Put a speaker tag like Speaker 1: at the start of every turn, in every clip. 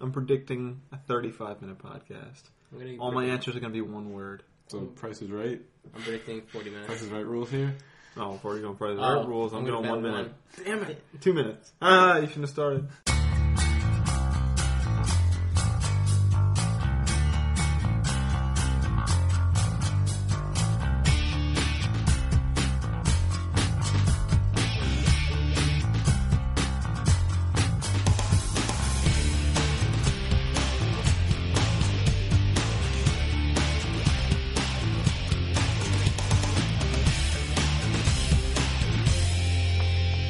Speaker 1: I'm predicting a 35 minute podcast.
Speaker 2: I'm gonna
Speaker 1: All my answers are going to be one word.
Speaker 3: So Price is Right.
Speaker 2: I'm predicting 40
Speaker 3: Price
Speaker 2: minutes.
Speaker 3: is Right rules here.
Speaker 1: Oh, before you go for the
Speaker 2: Oh,
Speaker 1: art rules, I'm,
Speaker 2: I'm gonna
Speaker 1: going one
Speaker 2: bet
Speaker 1: minute. Damn it! Two minutes. Ah, you shouldn't have started.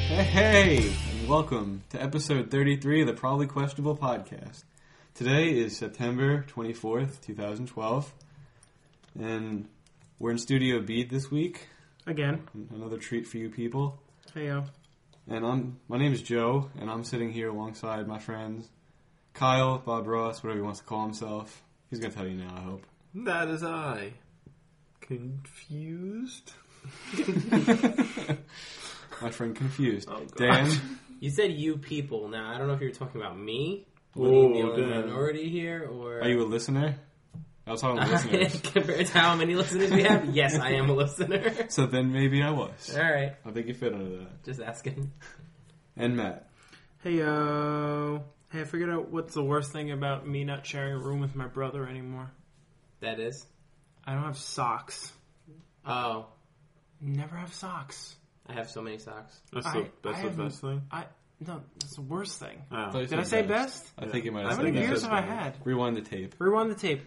Speaker 3: Hey, hey, and welcome to episode 33 of the Probably Questionable podcast. Today is September 24th, 2012, and we're in Studio B this week.
Speaker 4: Again.
Speaker 3: Another treat for you people.
Speaker 4: Hey, yo.
Speaker 3: And I'm my name is Joe, and I'm sitting here alongside my friends Kyle, Bob Ross, whatever he wants to call himself. He's gonna tell you now, I hope.
Speaker 1: That is I. Confused.
Speaker 3: My friend confused.
Speaker 1: Oh, God.
Speaker 3: Dan,
Speaker 2: You said you people. Now, I don't know if you were talking about me.
Speaker 1: Whoa,
Speaker 2: Being the only
Speaker 1: Oh, damn.
Speaker 2: minority here, or.
Speaker 3: are you a listener? I was talking to listeners.
Speaker 2: Compared to how many listeners we have, yes, I am a listener.
Speaker 3: So then maybe I was.
Speaker 2: Alright,
Speaker 3: I think you fit under that.
Speaker 2: just asking.
Speaker 3: And Matt.
Speaker 4: Hey, yo. Hey, I figured out what's the worst thing about me not sharing a room with my brother anymore.
Speaker 2: That is.
Speaker 4: I don't have socks.
Speaker 2: Oh,
Speaker 4: Never have socks.
Speaker 2: I have so many socks.
Speaker 1: That's
Speaker 4: I-
Speaker 1: the, that's
Speaker 4: I
Speaker 1: the
Speaker 4: am-
Speaker 1: best thing.
Speaker 4: I no, that's the worst thing.
Speaker 1: Oh.
Speaker 3: you
Speaker 4: Did I
Speaker 3: said
Speaker 4: say best?
Speaker 3: I think you might have
Speaker 4: How
Speaker 1: I
Speaker 3: said
Speaker 4: many
Speaker 1: think I
Speaker 4: years
Speaker 1: said
Speaker 4: have I
Speaker 1: best.
Speaker 4: had?
Speaker 3: Rewind the tape.
Speaker 4: Rewind the tape.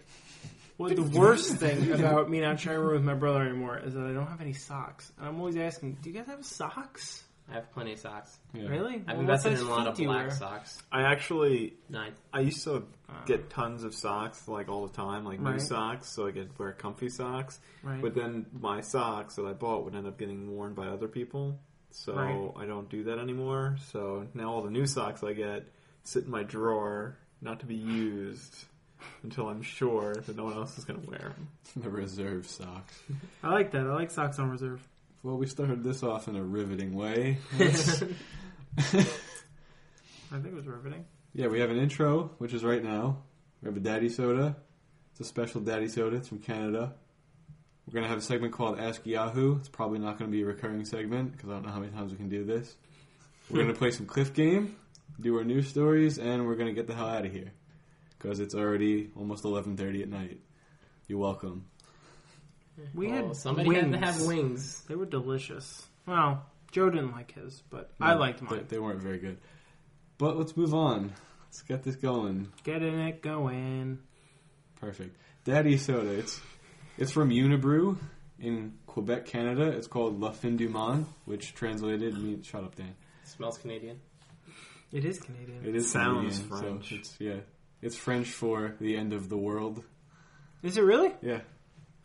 Speaker 4: What the worst thing about me not sharing a room with my brother anymore is that I don't have any socks, and I'm always asking, "Do you guys have socks?
Speaker 2: I have plenty of socks.
Speaker 3: Yeah.
Speaker 4: Really?
Speaker 2: I've
Speaker 4: Well, what
Speaker 2: invested
Speaker 4: size
Speaker 2: in a lot
Speaker 4: feet
Speaker 2: of
Speaker 4: do you
Speaker 2: black
Speaker 4: wear?"
Speaker 2: socks.
Speaker 1: I actually,
Speaker 2: Nine.
Speaker 1: I used to
Speaker 4: Uh,
Speaker 1: get tons of socks like all the time, like new
Speaker 4: Right.
Speaker 1: socks. So I could wear comfy socks.
Speaker 4: right.
Speaker 1: But then my socks that I bought would end up getting worn by other people. So
Speaker 4: Right.
Speaker 1: I don't do that anymore. So now all the new socks I get sit in my drawer, not to be used until I'm sure that no one else is going to wear them.
Speaker 3: The reserve socks.
Speaker 4: I like that. I like socks on reserve.
Speaker 3: Well, we started this off in a riveting way. Let's-
Speaker 4: I think it was riveting.
Speaker 3: yeah, we have an intro, which is right now. We have a daddy soda. It's a special daddy soda. It's from Canada. We're going to have a segment called Ask Yahoo. It's probably not going to be a recurring segment because I don't know how many times we can do this. We're going to play some Cliff Game, do our news stories, and we're going to get the hell out of here because it's already almost 11.30 at night. You're welcome.
Speaker 4: We
Speaker 2: Well,
Speaker 4: had
Speaker 2: Oh, somebody
Speaker 4: wings.
Speaker 2: had to have wings.
Speaker 4: They were delicious. Well, Joe didn't like his, but I
Speaker 3: No,
Speaker 4: liked
Speaker 3: They,
Speaker 4: mine.
Speaker 3: they weren't very good. But let's move on. Let's get this going.
Speaker 4: Getting it going.
Speaker 3: Perfect. Daddy soda. It's it's from Unibrew in Quebec, Canada. It's called La Fin du Monde, which translated means shut up, Dan.
Speaker 2: Smells Canadian.
Speaker 4: It is Canadian.
Speaker 3: It is
Speaker 1: Sounds
Speaker 3: Canadian, so
Speaker 1: French.
Speaker 3: it's, yeah, it's French for the end of the world.
Speaker 4: Is it really?
Speaker 3: Yeah.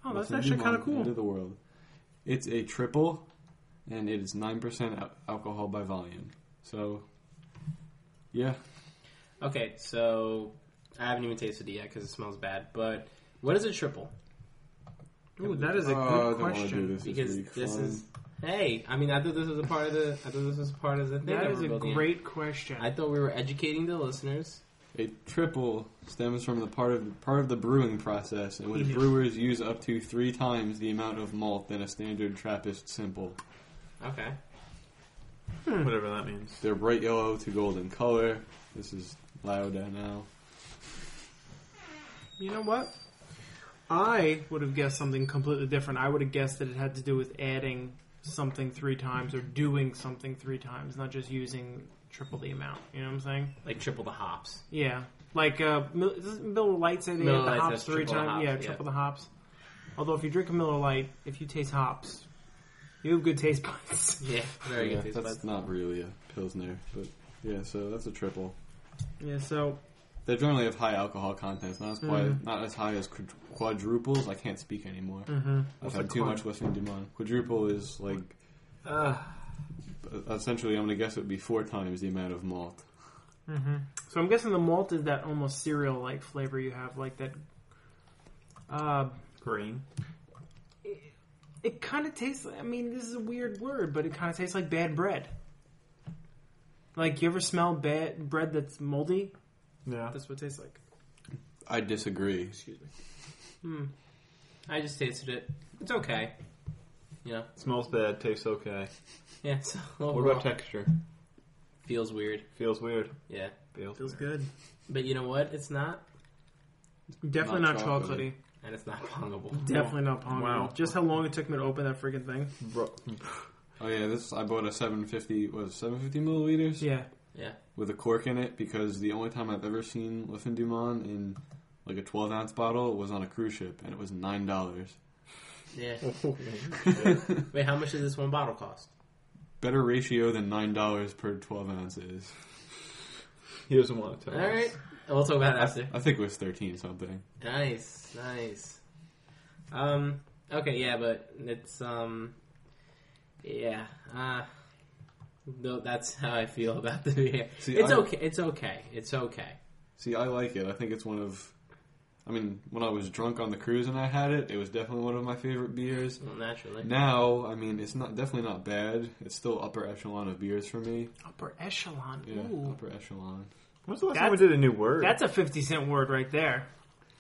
Speaker 4: Oh,
Speaker 3: La
Speaker 4: that's
Speaker 3: Fin du
Speaker 4: actually kind
Speaker 3: Monde,
Speaker 4: of
Speaker 3: End
Speaker 4: cool.
Speaker 3: of the world. It's a triple, and it is nine percent alcohol by volume. So, yeah,
Speaker 2: Okay, so I haven't even tasted it yet because it smells bad. But what is a triple?
Speaker 4: Ooh, that is a good
Speaker 3: Oh, I don't wanna do
Speaker 4: question.
Speaker 3: this this
Speaker 2: Because
Speaker 3: week.
Speaker 2: this
Speaker 3: Fine.
Speaker 2: is hey. I mean, I thought this was a part of the. I thought this was part of the thing.
Speaker 4: That
Speaker 2: that
Speaker 4: is
Speaker 2: we're
Speaker 4: a
Speaker 2: building.
Speaker 4: great question.
Speaker 2: I thought we were educating the listeners.
Speaker 3: A triple stems from the part of part of the brewing process in which
Speaker 2: Mm-hmm.
Speaker 4: Yeah.
Speaker 3: brewers use up to three times the amount of malt than a standard Trappist simple.
Speaker 2: Okay.
Speaker 4: Hmm.
Speaker 1: Whatever that means.
Speaker 3: They're bright yellow to golden color. This is loud I know.
Speaker 4: You know what? I would have guessed something completely different. I would have guessed that it had to do with adding something three times or doing something three times, not just using triple the amount. You know what I'm saying?
Speaker 2: Like triple the hops.
Speaker 4: Yeah. Like, uh, Mil- doesn't Miller Lite say they
Speaker 2: Miller
Speaker 4: add the
Speaker 2: Lite
Speaker 4: hops
Speaker 2: says
Speaker 4: three
Speaker 2: triple the
Speaker 4: times?
Speaker 2: hops,
Speaker 4: yeah,
Speaker 2: yeah.
Speaker 4: triple the hops. Although, if you drink a Miller Lite, if you taste hops, you have good taste buds.
Speaker 2: Yeah, very
Speaker 3: Yeah,
Speaker 2: good taste
Speaker 3: that's
Speaker 2: buds.
Speaker 3: not really a pilsner, but yeah, so that's a triple.
Speaker 4: yeah, so
Speaker 3: They generally have high alcohol contents, not as quite,
Speaker 2: Mm-hmm.
Speaker 4: Mhm.
Speaker 3: not as high as quad- quadruples. I can't speak
Speaker 2: Mm.
Speaker 3: anymore.
Speaker 4: mhm.
Speaker 3: I've
Speaker 1: What's
Speaker 3: had
Speaker 1: a
Speaker 3: too
Speaker 1: quad-
Speaker 3: much Western Dumont. Quadruple is like
Speaker 1: Uh,
Speaker 3: essentially, I'm gonna guess it would be four times the amount of malt.
Speaker 4: So I'm guessing the malt is that almost cereal like flavor you have, like that. Uh,
Speaker 1: green.
Speaker 4: it kind of tastes. I mean, this is a weird word, but it kind of tastes like bad bread. Like you ever smell bad bread that's moldy?
Speaker 1: Yeah.
Speaker 4: That's what it tastes like.
Speaker 3: I disagree.
Speaker 4: Excuse me.
Speaker 2: Hmm. I just tasted it. It's okay. You know.
Speaker 1: Smells bad, tastes okay.
Speaker 2: Yeah. So
Speaker 4: Oh,
Speaker 1: What about texture?
Speaker 2: Feels weird.
Speaker 1: Feels weird.
Speaker 2: Yeah.
Speaker 1: Feels,
Speaker 4: Feels
Speaker 1: weird.
Speaker 4: good.
Speaker 2: But you know what? It's not,
Speaker 4: Definitely
Speaker 3: Not
Speaker 4: not,
Speaker 3: chocolately.
Speaker 4: chocolatey.
Speaker 2: and it's not pongable.
Speaker 4: Definitely not pongable.
Speaker 1: Wow.
Speaker 4: Just how long it took me to open that freaking thing.
Speaker 1: Bro-
Speaker 3: Oh yeah, this I bought a 750 was 750 milliliters
Speaker 4: Yeah.
Speaker 2: Yeah.
Speaker 3: with a cork in it because the only time I've ever seen Liffin Dumont in like a 12 ounce bottle was on a cruise ship and it was nine dollars.
Speaker 2: Yeah.
Speaker 4: Oh,
Speaker 1: Yeah.
Speaker 2: Wait, how much does this one bottle cost?
Speaker 3: Better ratio than nine dollars per 12 ounces.
Speaker 1: He doesn't want to
Speaker 2: All
Speaker 1: tell
Speaker 2: right.
Speaker 1: us.
Speaker 2: We'll talk about it
Speaker 3: I,
Speaker 2: after.
Speaker 3: I think it was 13 something.
Speaker 2: Nice, nice. Um. Okay. Yeah, but it's um. Yeah. Uh. No, that's how I feel about the beer.
Speaker 3: See,
Speaker 2: it's
Speaker 3: I-
Speaker 2: okay. It's okay. It's okay.
Speaker 3: See, I like it. I think it's one of. I mean, when I was drunk on the cruise and I had it, it was definitely one of my favorite beers.
Speaker 2: Well, naturally.
Speaker 3: Now, I mean, it's not definitely not bad. It's still upper echelon of beers for me.
Speaker 4: Upper echelon.
Speaker 3: Yeah,
Speaker 4: Ooh.
Speaker 3: upper echelon.
Speaker 1: When's the last
Speaker 4: That's-
Speaker 1: time we did a new word?
Speaker 4: That's a 50 cent word right there.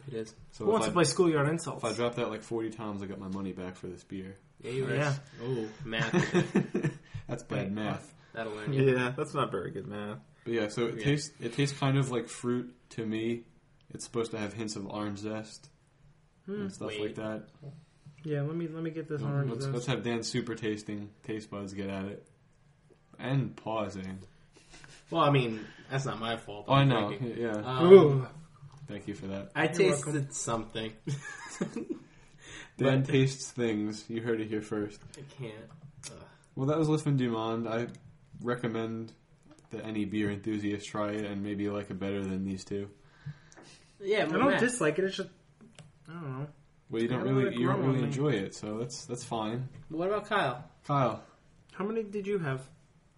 Speaker 2: It is.
Speaker 3: So
Speaker 4: Who wants
Speaker 3: if,
Speaker 4: to
Speaker 3: I,
Speaker 4: play schoolyard
Speaker 3: if I
Speaker 4: insults?
Speaker 3: drop that like forty times, I got my money back for this beer.
Speaker 2: Yeah, you were.
Speaker 4: Yeah.
Speaker 2: Oh, math.
Speaker 3: That's bad
Speaker 4: Wait,
Speaker 3: math.
Speaker 2: That'll learn you.
Speaker 1: yeah, that's not very good, man.
Speaker 3: But yeah, so it
Speaker 2: Yeah.
Speaker 3: tastes it tastes kind of like fruit to me. It's supposed to have hints of orange zest
Speaker 4: Hmm.
Speaker 3: and stuff
Speaker 2: Wait.
Speaker 3: like that.
Speaker 4: Yeah, let me let me get this orange.
Speaker 3: Mm, Let's, let's
Speaker 4: zest.
Speaker 3: have Dan's super tasting taste buds get at it. And eh? pausing.
Speaker 2: Well, I mean, that's not my fault.
Speaker 3: Oh, I
Speaker 2: I'm
Speaker 3: know.
Speaker 2: drinking.
Speaker 3: Yeah.
Speaker 2: Um,
Speaker 4: Ooh.
Speaker 3: Thank you for that.
Speaker 2: I
Speaker 4: You're welcome.
Speaker 2: tasted something.
Speaker 3: Dan
Speaker 2: but-
Speaker 3: tastes things. You heard it here first.
Speaker 2: I can't.
Speaker 3: Well, that was Lisbon Dumond. I recommend that any beer enthusiast try it and maybe like it better than these two.
Speaker 2: Yeah,
Speaker 4: I
Speaker 2: more
Speaker 4: don't
Speaker 2: math.
Speaker 4: dislike it. It's just I don't know.
Speaker 3: Well, you don't
Speaker 4: I don't
Speaker 3: really
Speaker 4: like
Speaker 3: you don't
Speaker 4: rum on
Speaker 3: really
Speaker 4: me.
Speaker 3: enjoy it, so that's that's fine.
Speaker 2: What about Kyle?
Speaker 3: Kyle,
Speaker 4: How many did you have?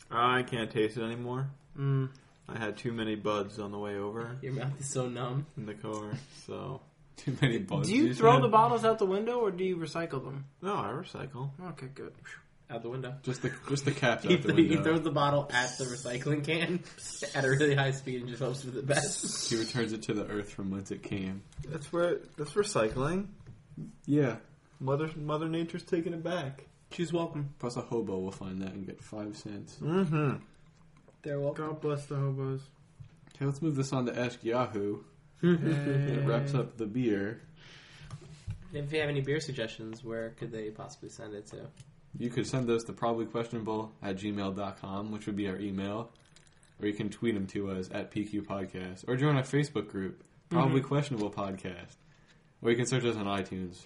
Speaker 1: I can't taste it anymore.
Speaker 4: Mm.
Speaker 1: I had too many buds on the way over
Speaker 2: Your mouth is so numb.
Speaker 1: in the car, so
Speaker 3: too many bugs.
Speaker 4: Do you throw
Speaker 3: said?
Speaker 4: the bottles out the window or do you recycle them?
Speaker 1: no, I recycle.
Speaker 4: Okay, good.
Speaker 2: Out the window.
Speaker 3: Just the just the caps
Speaker 2: He,
Speaker 3: out the
Speaker 2: th- he
Speaker 3: window.
Speaker 2: throws the bottle at the recycling can at a really high speed and just hopes for the best.
Speaker 3: He returns it to the earth from whence it came.
Speaker 1: That's where that's recycling.
Speaker 3: Yeah.
Speaker 1: Mother Mother Nature's taking it back.
Speaker 2: She's welcome.
Speaker 3: Plus a hobo will find that and get five cents.
Speaker 1: Mm-hmm.
Speaker 2: They're welcome.
Speaker 4: God bless the hobos.
Speaker 3: Okay, let's move this on to Ask Yahoo. It wraps up the beer.
Speaker 2: If you have any beer suggestions, where could they possibly send it to?
Speaker 3: You could send those to probablyquestionable at gmail.com, which would be our email. Or you can tweet them to us at PQ Podcast. Or join our Facebook group, Probably
Speaker 2: Mm-hmm.
Speaker 3: Questionable Podcast. Or you can search us on iTunes.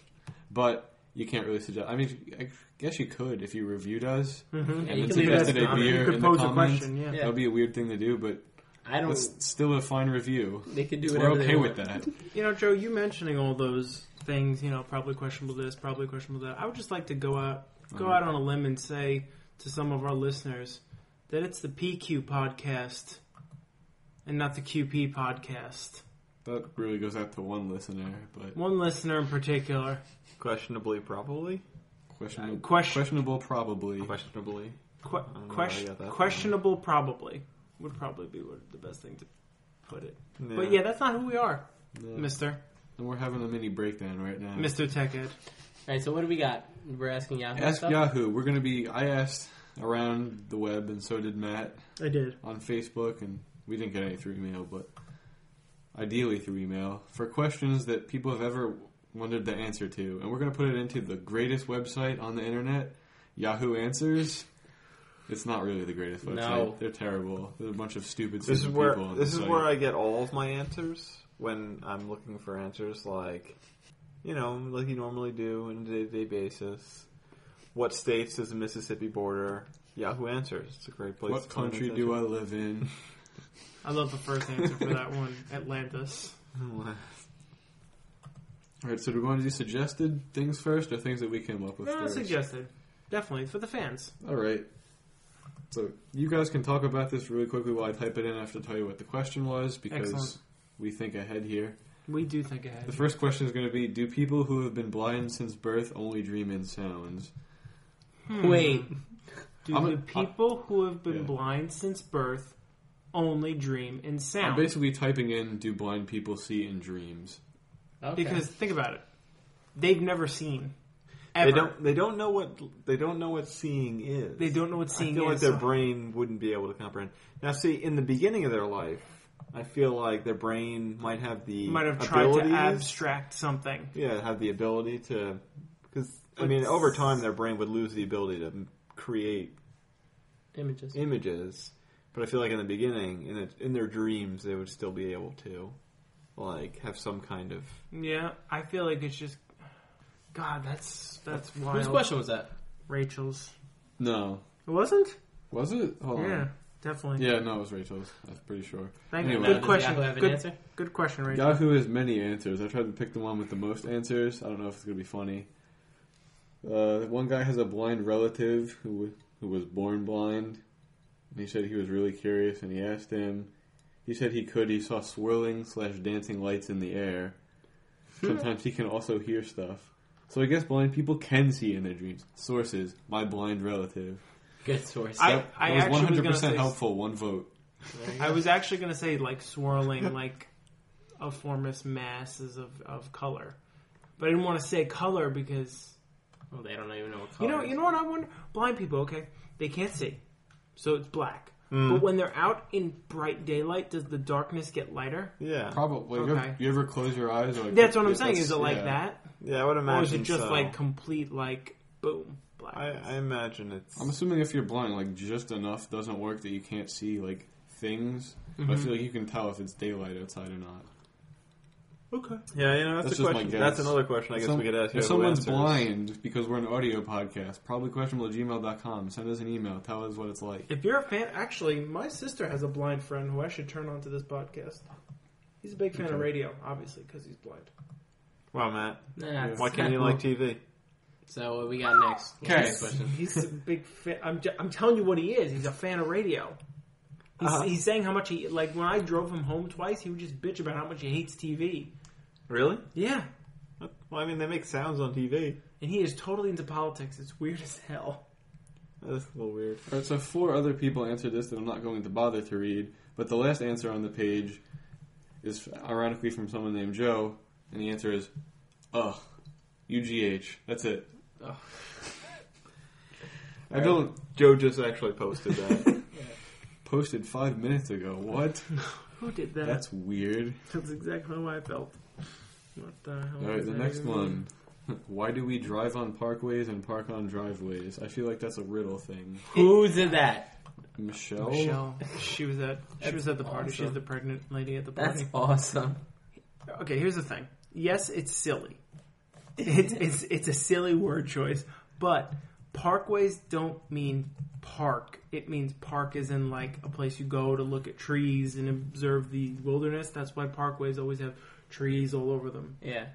Speaker 3: But you can't really suggest. I mean, I guess you could if you reviewed us.
Speaker 4: Mm-hmm.
Speaker 2: Yeah,
Speaker 3: And
Speaker 2: you
Speaker 3: then
Speaker 2: can leave us
Speaker 3: suggested
Speaker 2: a
Speaker 3: a
Speaker 2: comment.
Speaker 3: beer
Speaker 4: You
Speaker 3: in
Speaker 4: could
Speaker 3: the
Speaker 4: pose a
Speaker 3: comments.
Speaker 4: question. Yeah.
Speaker 2: Yeah.
Speaker 3: That would be a weird thing to do, but
Speaker 2: I don't.
Speaker 3: it's still a fine review.
Speaker 2: They could do
Speaker 3: We're
Speaker 2: whatever
Speaker 3: okay
Speaker 2: they
Speaker 3: with
Speaker 2: want.
Speaker 3: that.
Speaker 4: You know, Joe, you mentioning all those things. You know, probably questionable this, probably questionable that. I would just like to go out, go
Speaker 1: Mm-hmm.
Speaker 3: Uh-huh.
Speaker 4: out on a limb and say to some of our listeners that it's the PQ podcast and not the QP podcast.
Speaker 3: That really goes out to one listener, but
Speaker 4: One listener in particular,
Speaker 1: Questionably, probably.
Speaker 3: questionable,
Speaker 4: question-
Speaker 3: questionable probably.
Speaker 1: Questionably.
Speaker 4: que-
Speaker 1: don't know where I
Speaker 4: question,
Speaker 1: got that from.
Speaker 4: questionable, probably would probably be what, the best thing to put it.
Speaker 1: Yeah.
Speaker 4: But yeah, that's not who we are,
Speaker 3: No.
Speaker 4: Mister
Speaker 3: And we're having a mini breakdown right now.
Speaker 4: Mister Tech Ed.
Speaker 2: All right, so what do we got? We're asking Yahoo.
Speaker 3: Ask
Speaker 2: stuff?
Speaker 3: Yahoo. We're going to be. I asked around the web, and so did Matt
Speaker 4: I did.
Speaker 3: on Facebook, and we didn't get any through email, but ideally through email for questions that people have ever wondered the answer to, and we're going to put it into the greatest website on the internet, Yahoo Answers. It's not really the greatest website.
Speaker 2: No.
Speaker 3: They're terrible. There's a bunch of stupid.
Speaker 1: This is
Speaker 3: stupid
Speaker 1: where
Speaker 3: people on
Speaker 1: this
Speaker 3: the
Speaker 1: is
Speaker 3: site.
Speaker 1: where I get all of my answers when I'm looking for answers, like you know, like you normally do on a day-to-day basis. What states does the Mississippi border? Yahoo answers. It's a great place.
Speaker 3: What
Speaker 1: to find
Speaker 3: country
Speaker 1: those
Speaker 3: do I live in?
Speaker 4: I love the first answer for that one, Atlantis.
Speaker 1: answers.
Speaker 3: All right, so do we want to do suggested things first, or things that we came up with
Speaker 4: No,
Speaker 3: first?
Speaker 4: suggested. Definitely for the fans.
Speaker 3: All right. So you guys can talk about this really quickly while I type it in. I have to tell you what the question was because
Speaker 4: Excellent.
Speaker 3: we think ahead here.
Speaker 4: We do think
Speaker 3: The
Speaker 4: ahead.
Speaker 3: first question is going to be: Do people who have been blind since birth only dream in sounds?
Speaker 2: Wait,
Speaker 4: Do
Speaker 3: I'm
Speaker 4: the
Speaker 3: a-
Speaker 4: Hmm. people who have been
Speaker 3: yeah.
Speaker 4: blind since birth only dream in
Speaker 3: I'm
Speaker 4: sound.
Speaker 3: basically typing in do blind people see in dreams.
Speaker 2: Okay.
Speaker 4: Because think about it, they've never seen. Ever.
Speaker 1: They don't. They don't know what they don't know what seeing is.
Speaker 4: They don't know what seeing
Speaker 1: I feel like
Speaker 4: is.
Speaker 1: their brain wouldn't be able to comprehend. Now, see, in the beginning of their life, I feel like their brain might have the
Speaker 4: might have tried
Speaker 1: abilities,
Speaker 4: to abstract something.
Speaker 1: Yeah, have the ability to because I
Speaker 4: But
Speaker 1: mean,
Speaker 4: s-
Speaker 1: over time, their brain would lose the ability to m- create
Speaker 2: images.
Speaker 1: images. But I feel like in the beginning, in the, in their dreams, they would still be able to like have some kind of.
Speaker 4: Yeah, I feel like it's just. God, that's that's wild.
Speaker 2: Whose question was that?
Speaker 4: Rachel's.
Speaker 3: No.
Speaker 4: It wasn't.
Speaker 3: Was it? Hold on.
Speaker 4: Yeah, definitely.
Speaker 3: Yeah, no, it was Rachel's. I'm pretty sure.
Speaker 4: Thank
Speaker 3: Anyway.
Speaker 4: you.
Speaker 2: Now,
Speaker 4: Good
Speaker 2: does
Speaker 4: question.
Speaker 2: Yahoo have an
Speaker 4: good,
Speaker 2: answer?
Speaker 4: good question, Rachel.
Speaker 3: Yahoo has many answers. I tried to pick the one with the most answers. I don't know if it's gonna be funny. Uh, one guy has a blind relative who wa- who was born blind, and he said he was really curious, and he asked him. He said he could. He saw swirling slash dancing lights in the air.
Speaker 4: Hmm.
Speaker 3: Sometimes he can also hear stuff. So I guess blind people can see in their dreams. Sources: My blind relative.
Speaker 2: Good source.
Speaker 4: I-
Speaker 3: That- that was
Speaker 4: actually was gonna say-
Speaker 3: helpful. One vote.
Speaker 2: There you
Speaker 4: I
Speaker 2: go.
Speaker 4: was actually going to say like swirling like amorphous masses of, of color, but I didn't want to say color because
Speaker 2: Well, they don't even know what
Speaker 4: you
Speaker 2: color.
Speaker 4: know you know what I wonder. Blind people, okay, they can't see, so it's black. But when they're out in bright daylight, does the darkness get lighter?
Speaker 1: Yeah,
Speaker 3: Probably. You,
Speaker 4: Okay.
Speaker 3: ever, you ever close your eyes? Or like,
Speaker 4: That's what I'm
Speaker 3: yeah,
Speaker 4: saying. Is it
Speaker 3: that's-
Speaker 4: like
Speaker 3: yeah.
Speaker 4: that,
Speaker 1: yeah, I would imagine.
Speaker 4: or is it just
Speaker 1: so.
Speaker 4: like complete like boom black?
Speaker 1: I, I imagine it's.
Speaker 3: I'm assuming if you're blind, like just enough doesn't work that you can't see like things. But I feel like you can tell if it's daylight outside or not.
Speaker 4: okay.
Speaker 1: yeah, you know, that's,
Speaker 3: That's
Speaker 1: a
Speaker 3: just my
Speaker 1: question.
Speaker 3: guess.
Speaker 1: That's another question. I guess
Speaker 3: Some-
Speaker 1: we could ask.
Speaker 3: If
Speaker 1: Yahoo
Speaker 3: someone's
Speaker 1: Answers.
Speaker 3: blind because we're an audio podcast, probably questionable at gmail.com. Send us an email. Tell us what it's like.
Speaker 4: If you're a fan, actually, my sister has a blind friend who I should turn on to this podcast. He's a big fan of
Speaker 3: Okay.
Speaker 4: radio, obviously, because he's blind.
Speaker 1: Wow, Matt,
Speaker 2: Nah, it's
Speaker 1: why can't you
Speaker 2: not-
Speaker 1: like TV?
Speaker 2: So what we got next? What's
Speaker 3: Okay.
Speaker 2: the next question?
Speaker 4: He's a big fan. I'm, ju- I'm telling you what he is. He's a fan of radio. He's,
Speaker 1: Uh-huh.
Speaker 4: he's saying how much he like. When I drove him home twice, he would just bitch about how much he hates TV.
Speaker 1: Really?
Speaker 4: Yeah,
Speaker 1: Well, I mean, they make sounds on TV.
Speaker 4: and he is totally into politics. It's weird as hell.
Speaker 1: That's a little weird.
Speaker 3: All right, so four other people answered this that I'm not going to bother to read. But the last answer on the page is ironically from someone named Joe, and the answer is, ugh, UGH. That's it.
Speaker 2: Ugh.
Speaker 3: I don't
Speaker 1: Joe just actually posted that.
Speaker 3: posted five minutes ago. What?
Speaker 4: Who did that? That's,
Speaker 3: That's weird.
Speaker 4: exactly how I felt. What the hell?
Speaker 3: All right,
Speaker 4: does
Speaker 3: the
Speaker 4: that
Speaker 3: next
Speaker 4: even mean?
Speaker 3: one. Why do we drive on parkways and park on driveways? I feel like that's a riddle thing.
Speaker 2: Who did that?
Speaker 3: Michelle.
Speaker 4: Michelle, she was at she
Speaker 2: That's
Speaker 4: was at the party. She's
Speaker 2: awesome.
Speaker 4: the pregnant lady at the party.
Speaker 2: That's awesome.
Speaker 4: Okay, here's the thing. Yes, it's silly. It's it's it's a silly word choice, but parkways don't mean park. It means park is in like a place you go to look at trees and observe the wilderness. That's why parkways always have trees all over them.
Speaker 2: Yeah.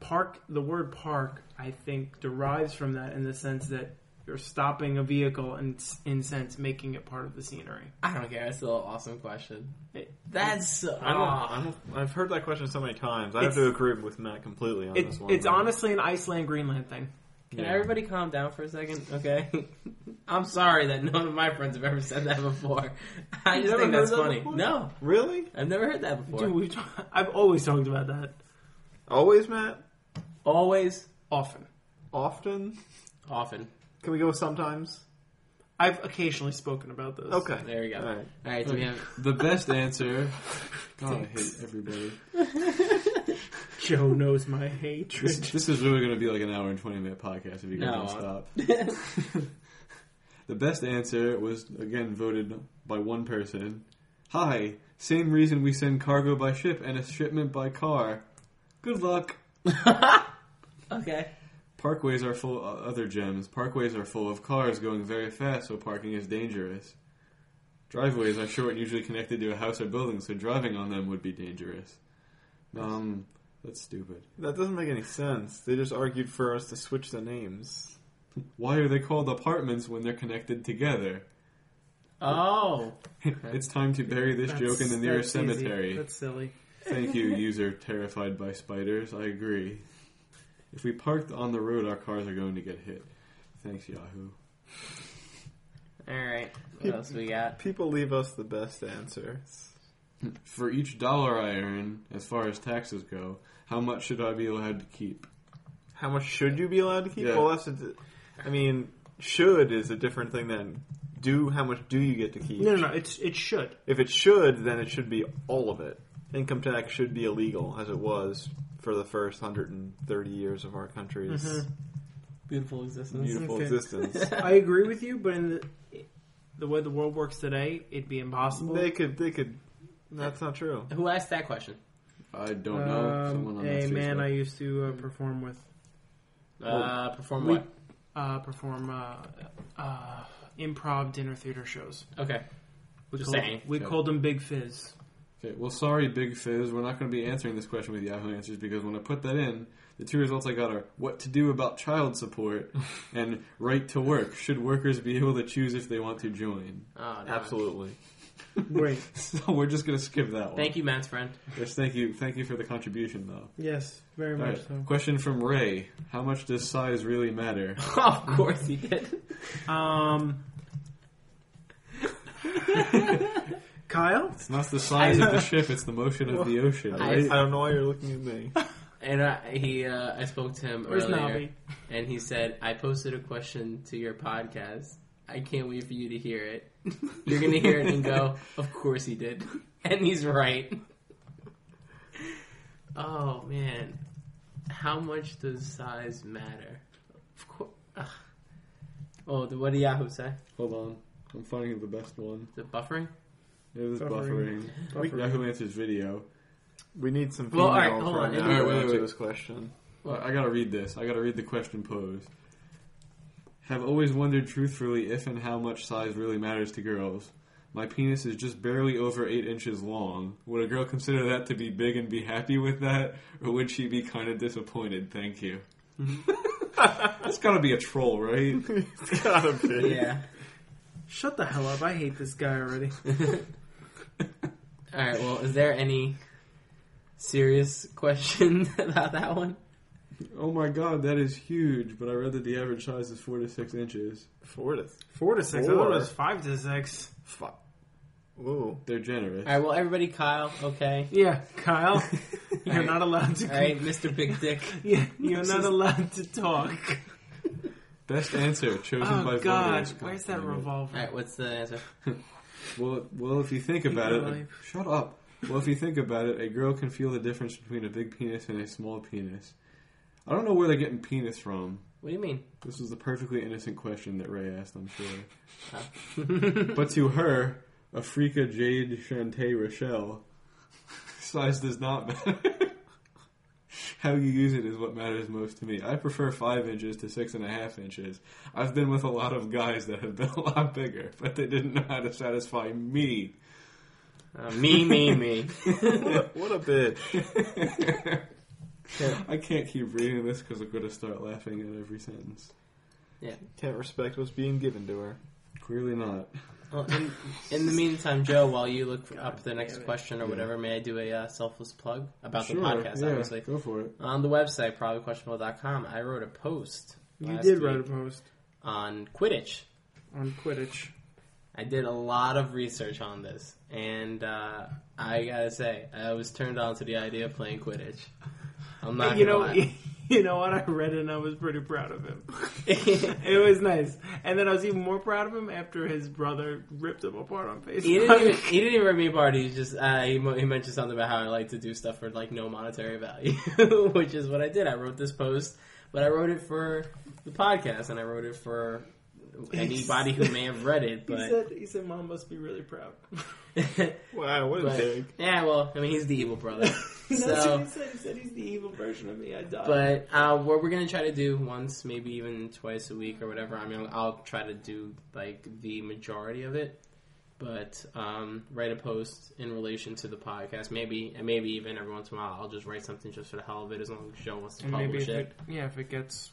Speaker 4: Park the word park I think derives from that in the sense that you're stopping a vehicle and s- in sense making it part of the scenery.
Speaker 2: I don't care. It's still an awesome question.
Speaker 4: It-
Speaker 2: That's
Speaker 1: I don't,
Speaker 2: ah.
Speaker 1: I don't, I've heard that question so many times. I have
Speaker 4: It's-
Speaker 1: to agree with Matt completely on
Speaker 4: It's
Speaker 1: this one.
Speaker 4: it's honestly an Iceland Greenland thing.
Speaker 2: Can
Speaker 1: Yeah.
Speaker 2: everybody calm down for a second? Okay. I'm sorry that none of my friends have ever said that before. I
Speaker 1: You've
Speaker 2: just
Speaker 1: never
Speaker 2: think that's
Speaker 1: heard that
Speaker 2: funny.
Speaker 1: before?
Speaker 2: No,
Speaker 1: Really?
Speaker 2: I've never heard that before.
Speaker 4: Dude, we've, ta- I've always talked about that
Speaker 1: Always, Matt?
Speaker 2: Always,
Speaker 4: often.
Speaker 1: Often?
Speaker 2: often.
Speaker 1: Can we go sometimes?
Speaker 4: I've occasionally spoken about this.
Speaker 1: Okay.
Speaker 2: There we go.
Speaker 1: All right.
Speaker 2: All right, so we have
Speaker 3: The best answer. God, I hate everybody.
Speaker 4: Joe knows my hatred.
Speaker 3: This, this is really going to be like an hour and 20 minute podcast if you guys
Speaker 2: No.
Speaker 3: don't stop. the best answer was, again, voted by one person. Hi, same reason we send cargo by ship and a shipment by car. Good luck.
Speaker 2: okay.
Speaker 3: Parkways are full of other gems. Parkways are full of cars going very fast, so parking is dangerous. Driveways are short and usually connected to a house or building, so driving on them would be dangerous. Um, that's stupid.
Speaker 1: That doesn't make any sense. They just argued for us to switch the names.
Speaker 3: Why are they called apartments when they're connected together?
Speaker 2: Oh,
Speaker 3: it's time to bury this joke in the nearest
Speaker 4: that's easy.
Speaker 3: cemetery.
Speaker 4: That's silly.
Speaker 3: Thank you, user terrified by spiders. I agree. If we parked on the road, our cars are going to get hit. Thanks, Yahoo.
Speaker 2: All right. What else we got?
Speaker 1: People leave us the best answers.
Speaker 3: For each dollar I earn, as far as taxes go, how much should I be allowed to keep?
Speaker 1: How much should you be allowed to keep?
Speaker 3: Yeah.
Speaker 1: Well, that's. A, di- I mean, should is a different thing than do. How much do you get to keep?
Speaker 4: No, no, no. It's it should.
Speaker 1: If it should, then it should be all of it. Income tax should be illegal, as it was for the first 130 years of our country's
Speaker 2: Mm-hmm. Beautiful existence.
Speaker 1: beautiful
Speaker 4: Okay.
Speaker 1: existence.
Speaker 4: I agree with you, but in the the way the world works today, it'd be impossible.
Speaker 1: they could. They could. That's not true.
Speaker 2: Who asked that question?
Speaker 3: I don't know.
Speaker 4: Um,
Speaker 3: Someone on
Speaker 4: a
Speaker 3: that
Speaker 4: man I
Speaker 3: Facebook.
Speaker 4: used to uh, perform with,
Speaker 2: Uh, perform
Speaker 4: We-
Speaker 2: what?
Speaker 4: uh, perform uh, uh, improv dinner theater shows.
Speaker 2: Okay.
Speaker 4: We
Speaker 2: Just
Speaker 4: called,
Speaker 2: saying.
Speaker 4: we
Speaker 3: Yeah.
Speaker 4: called them Big Fizz.
Speaker 3: Okay, well, sorry, Big Fizz. We're not going to be answering this question with Yahoo Answers because when I put that in, the two results I got are what to do about child support and right to work. Should workers be able to choose if they want to join?
Speaker 2: Oh, no.
Speaker 1: Absolutely.
Speaker 4: Wait,
Speaker 3: So we're just going to skip that one.
Speaker 2: Thank you, man's friend.
Speaker 3: Yes, thank you. Thank you for the contribution, though.
Speaker 4: yes, very
Speaker 3: All
Speaker 4: much
Speaker 3: right, Question from Ray: How much does size really matter?
Speaker 2: of course he did.
Speaker 4: so. Um, Kyle,
Speaker 3: It's not the size of the ship; it's the motion of the ocean.
Speaker 1: I,
Speaker 3: Right?
Speaker 1: I don't know why you're looking at me.
Speaker 2: And I, he, uh, I spoke to him
Speaker 4: where's
Speaker 2: earlier,
Speaker 4: Nobby?
Speaker 2: and he said, "I posted a question to your podcast. I can't wait for you to hear it. You're gonna hear it and go, of course he did, and he's right." Oh man, how much does size matter? Of course. Oh, the- what did Yahoo say?
Speaker 3: Hold on, I'm finding the best one.
Speaker 2: The buffering?
Speaker 3: It was buffering.
Speaker 4: Buffering. Buffering.
Speaker 3: Yahoo Answers video.
Speaker 1: We need some female
Speaker 2: Well, all right,
Speaker 1: for
Speaker 2: hold
Speaker 1: our
Speaker 2: on.
Speaker 1: now
Speaker 2: All right,
Speaker 1: to
Speaker 3: wait, wait,
Speaker 1: answer
Speaker 3: wait.
Speaker 1: this question.
Speaker 3: I I gotta read this. I gotta read the question posed. Have always wondered truthfully if and how much size really matters to girls. My penis is just barely over eight inches long. Would a girl consider that to be big and be happy with that, or would she be kind of disappointed? Thank you. That's gotta be a troll, right?
Speaker 1: it's gotta be.
Speaker 2: Yeah.
Speaker 4: Shut the hell up! I hate this guy already.
Speaker 2: All right. Well, is there any serious question about that one?
Speaker 3: Oh my god, that is huge. But I read that the average size is four to six inches.
Speaker 1: Four to
Speaker 4: Four to six. I thought
Speaker 1: Four.
Speaker 4: it was five to six.
Speaker 1: five. Ooh.
Speaker 3: They're generous.
Speaker 2: All right. Well, everybody, Kyle. Okay.
Speaker 4: Yeah, Kyle, you're
Speaker 2: Alright.
Speaker 4: not allowed to.
Speaker 2: All right, Mr. Big Dick.
Speaker 4: Yeah, you're not allowed to talk.
Speaker 3: Best answer chosen by
Speaker 4: Oh God,
Speaker 3: voters.
Speaker 4: where's that
Speaker 3: Damn it.
Speaker 4: revolver?
Speaker 2: All right. What's the answer?
Speaker 3: Well, well, if you think about
Speaker 4: Eat
Speaker 3: it,
Speaker 4: your
Speaker 3: shut up. Well, if you think about it, a girl can feel the difference between a big penis and a small penis. I don't know where they're getting penis from.
Speaker 2: What do you mean?
Speaker 3: This was a perfectly innocent question that Ray asked, I'm sure.
Speaker 2: Oh.
Speaker 3: But to her, Afrika Jade Shantae Rochelle, size does not matter. How you use it is what matters most to me. I prefer five inches to six and a half inches. I've been with a lot of guys that have been a lot bigger, but they didn't know how to satisfy me.
Speaker 2: Uh, me, me, me.
Speaker 1: What a, what a bitch.
Speaker 3: I can't keep reading this because I'm going to start laughing at every sentence.
Speaker 1: Can't respect what's being given to her.
Speaker 3: Clearly not.
Speaker 2: Well, in, in the meantime, Joe, while you look up the next
Speaker 4: damn it.
Speaker 2: question or
Speaker 3: Yeah.
Speaker 2: whatever, may I do a uh, selfless plug about
Speaker 3: sure,
Speaker 2: the podcast?
Speaker 3: yeah,
Speaker 2: Obviously,
Speaker 3: go for it.
Speaker 2: on the website probablyquestionable.com, I wrote a post.
Speaker 4: You
Speaker 2: last
Speaker 4: did
Speaker 2: week
Speaker 4: write a post
Speaker 2: on Quidditch.
Speaker 4: on Quidditch.
Speaker 2: I did a lot of research on this, and uh, I gotta say, I was turned on to the idea of playing Quidditch. I'm not
Speaker 4: you
Speaker 2: gonna
Speaker 4: know,
Speaker 2: lie.
Speaker 4: you know what? I read it and I was pretty proud of him. It was nice, and then I was even more proud of him after his brother ripped him apart on Facebook.
Speaker 2: He didn't even he didn't even rip me apart. He was just uh, he, mo- he mentioned something about how I like to do stuff for like no monetary value, which is what I did. I wrote this post, but I wrote it for the podcast, and I wrote it for anybody who may have read it.
Speaker 4: He
Speaker 2: But
Speaker 4: said, "He said, Mom must be really proud."
Speaker 1: Wow, what a
Speaker 2: But-
Speaker 1: dig.
Speaker 2: yeah, well, I mean, he's the evil brother.
Speaker 4: That's
Speaker 2: So-
Speaker 4: what he said. He said he's the evil version of me. I died.
Speaker 2: But uh, what we're gonna try to do once, maybe even twice a week or whatever. I mean, I'll try to do like the majority of it, but um, write a post in relation to the podcast. Maybe and maybe even every once in a while, I'll just write something just for the hell of it, as long as Joe wants to
Speaker 4: and maybe
Speaker 2: publish
Speaker 4: if
Speaker 2: it.
Speaker 4: it, yeah, if it gets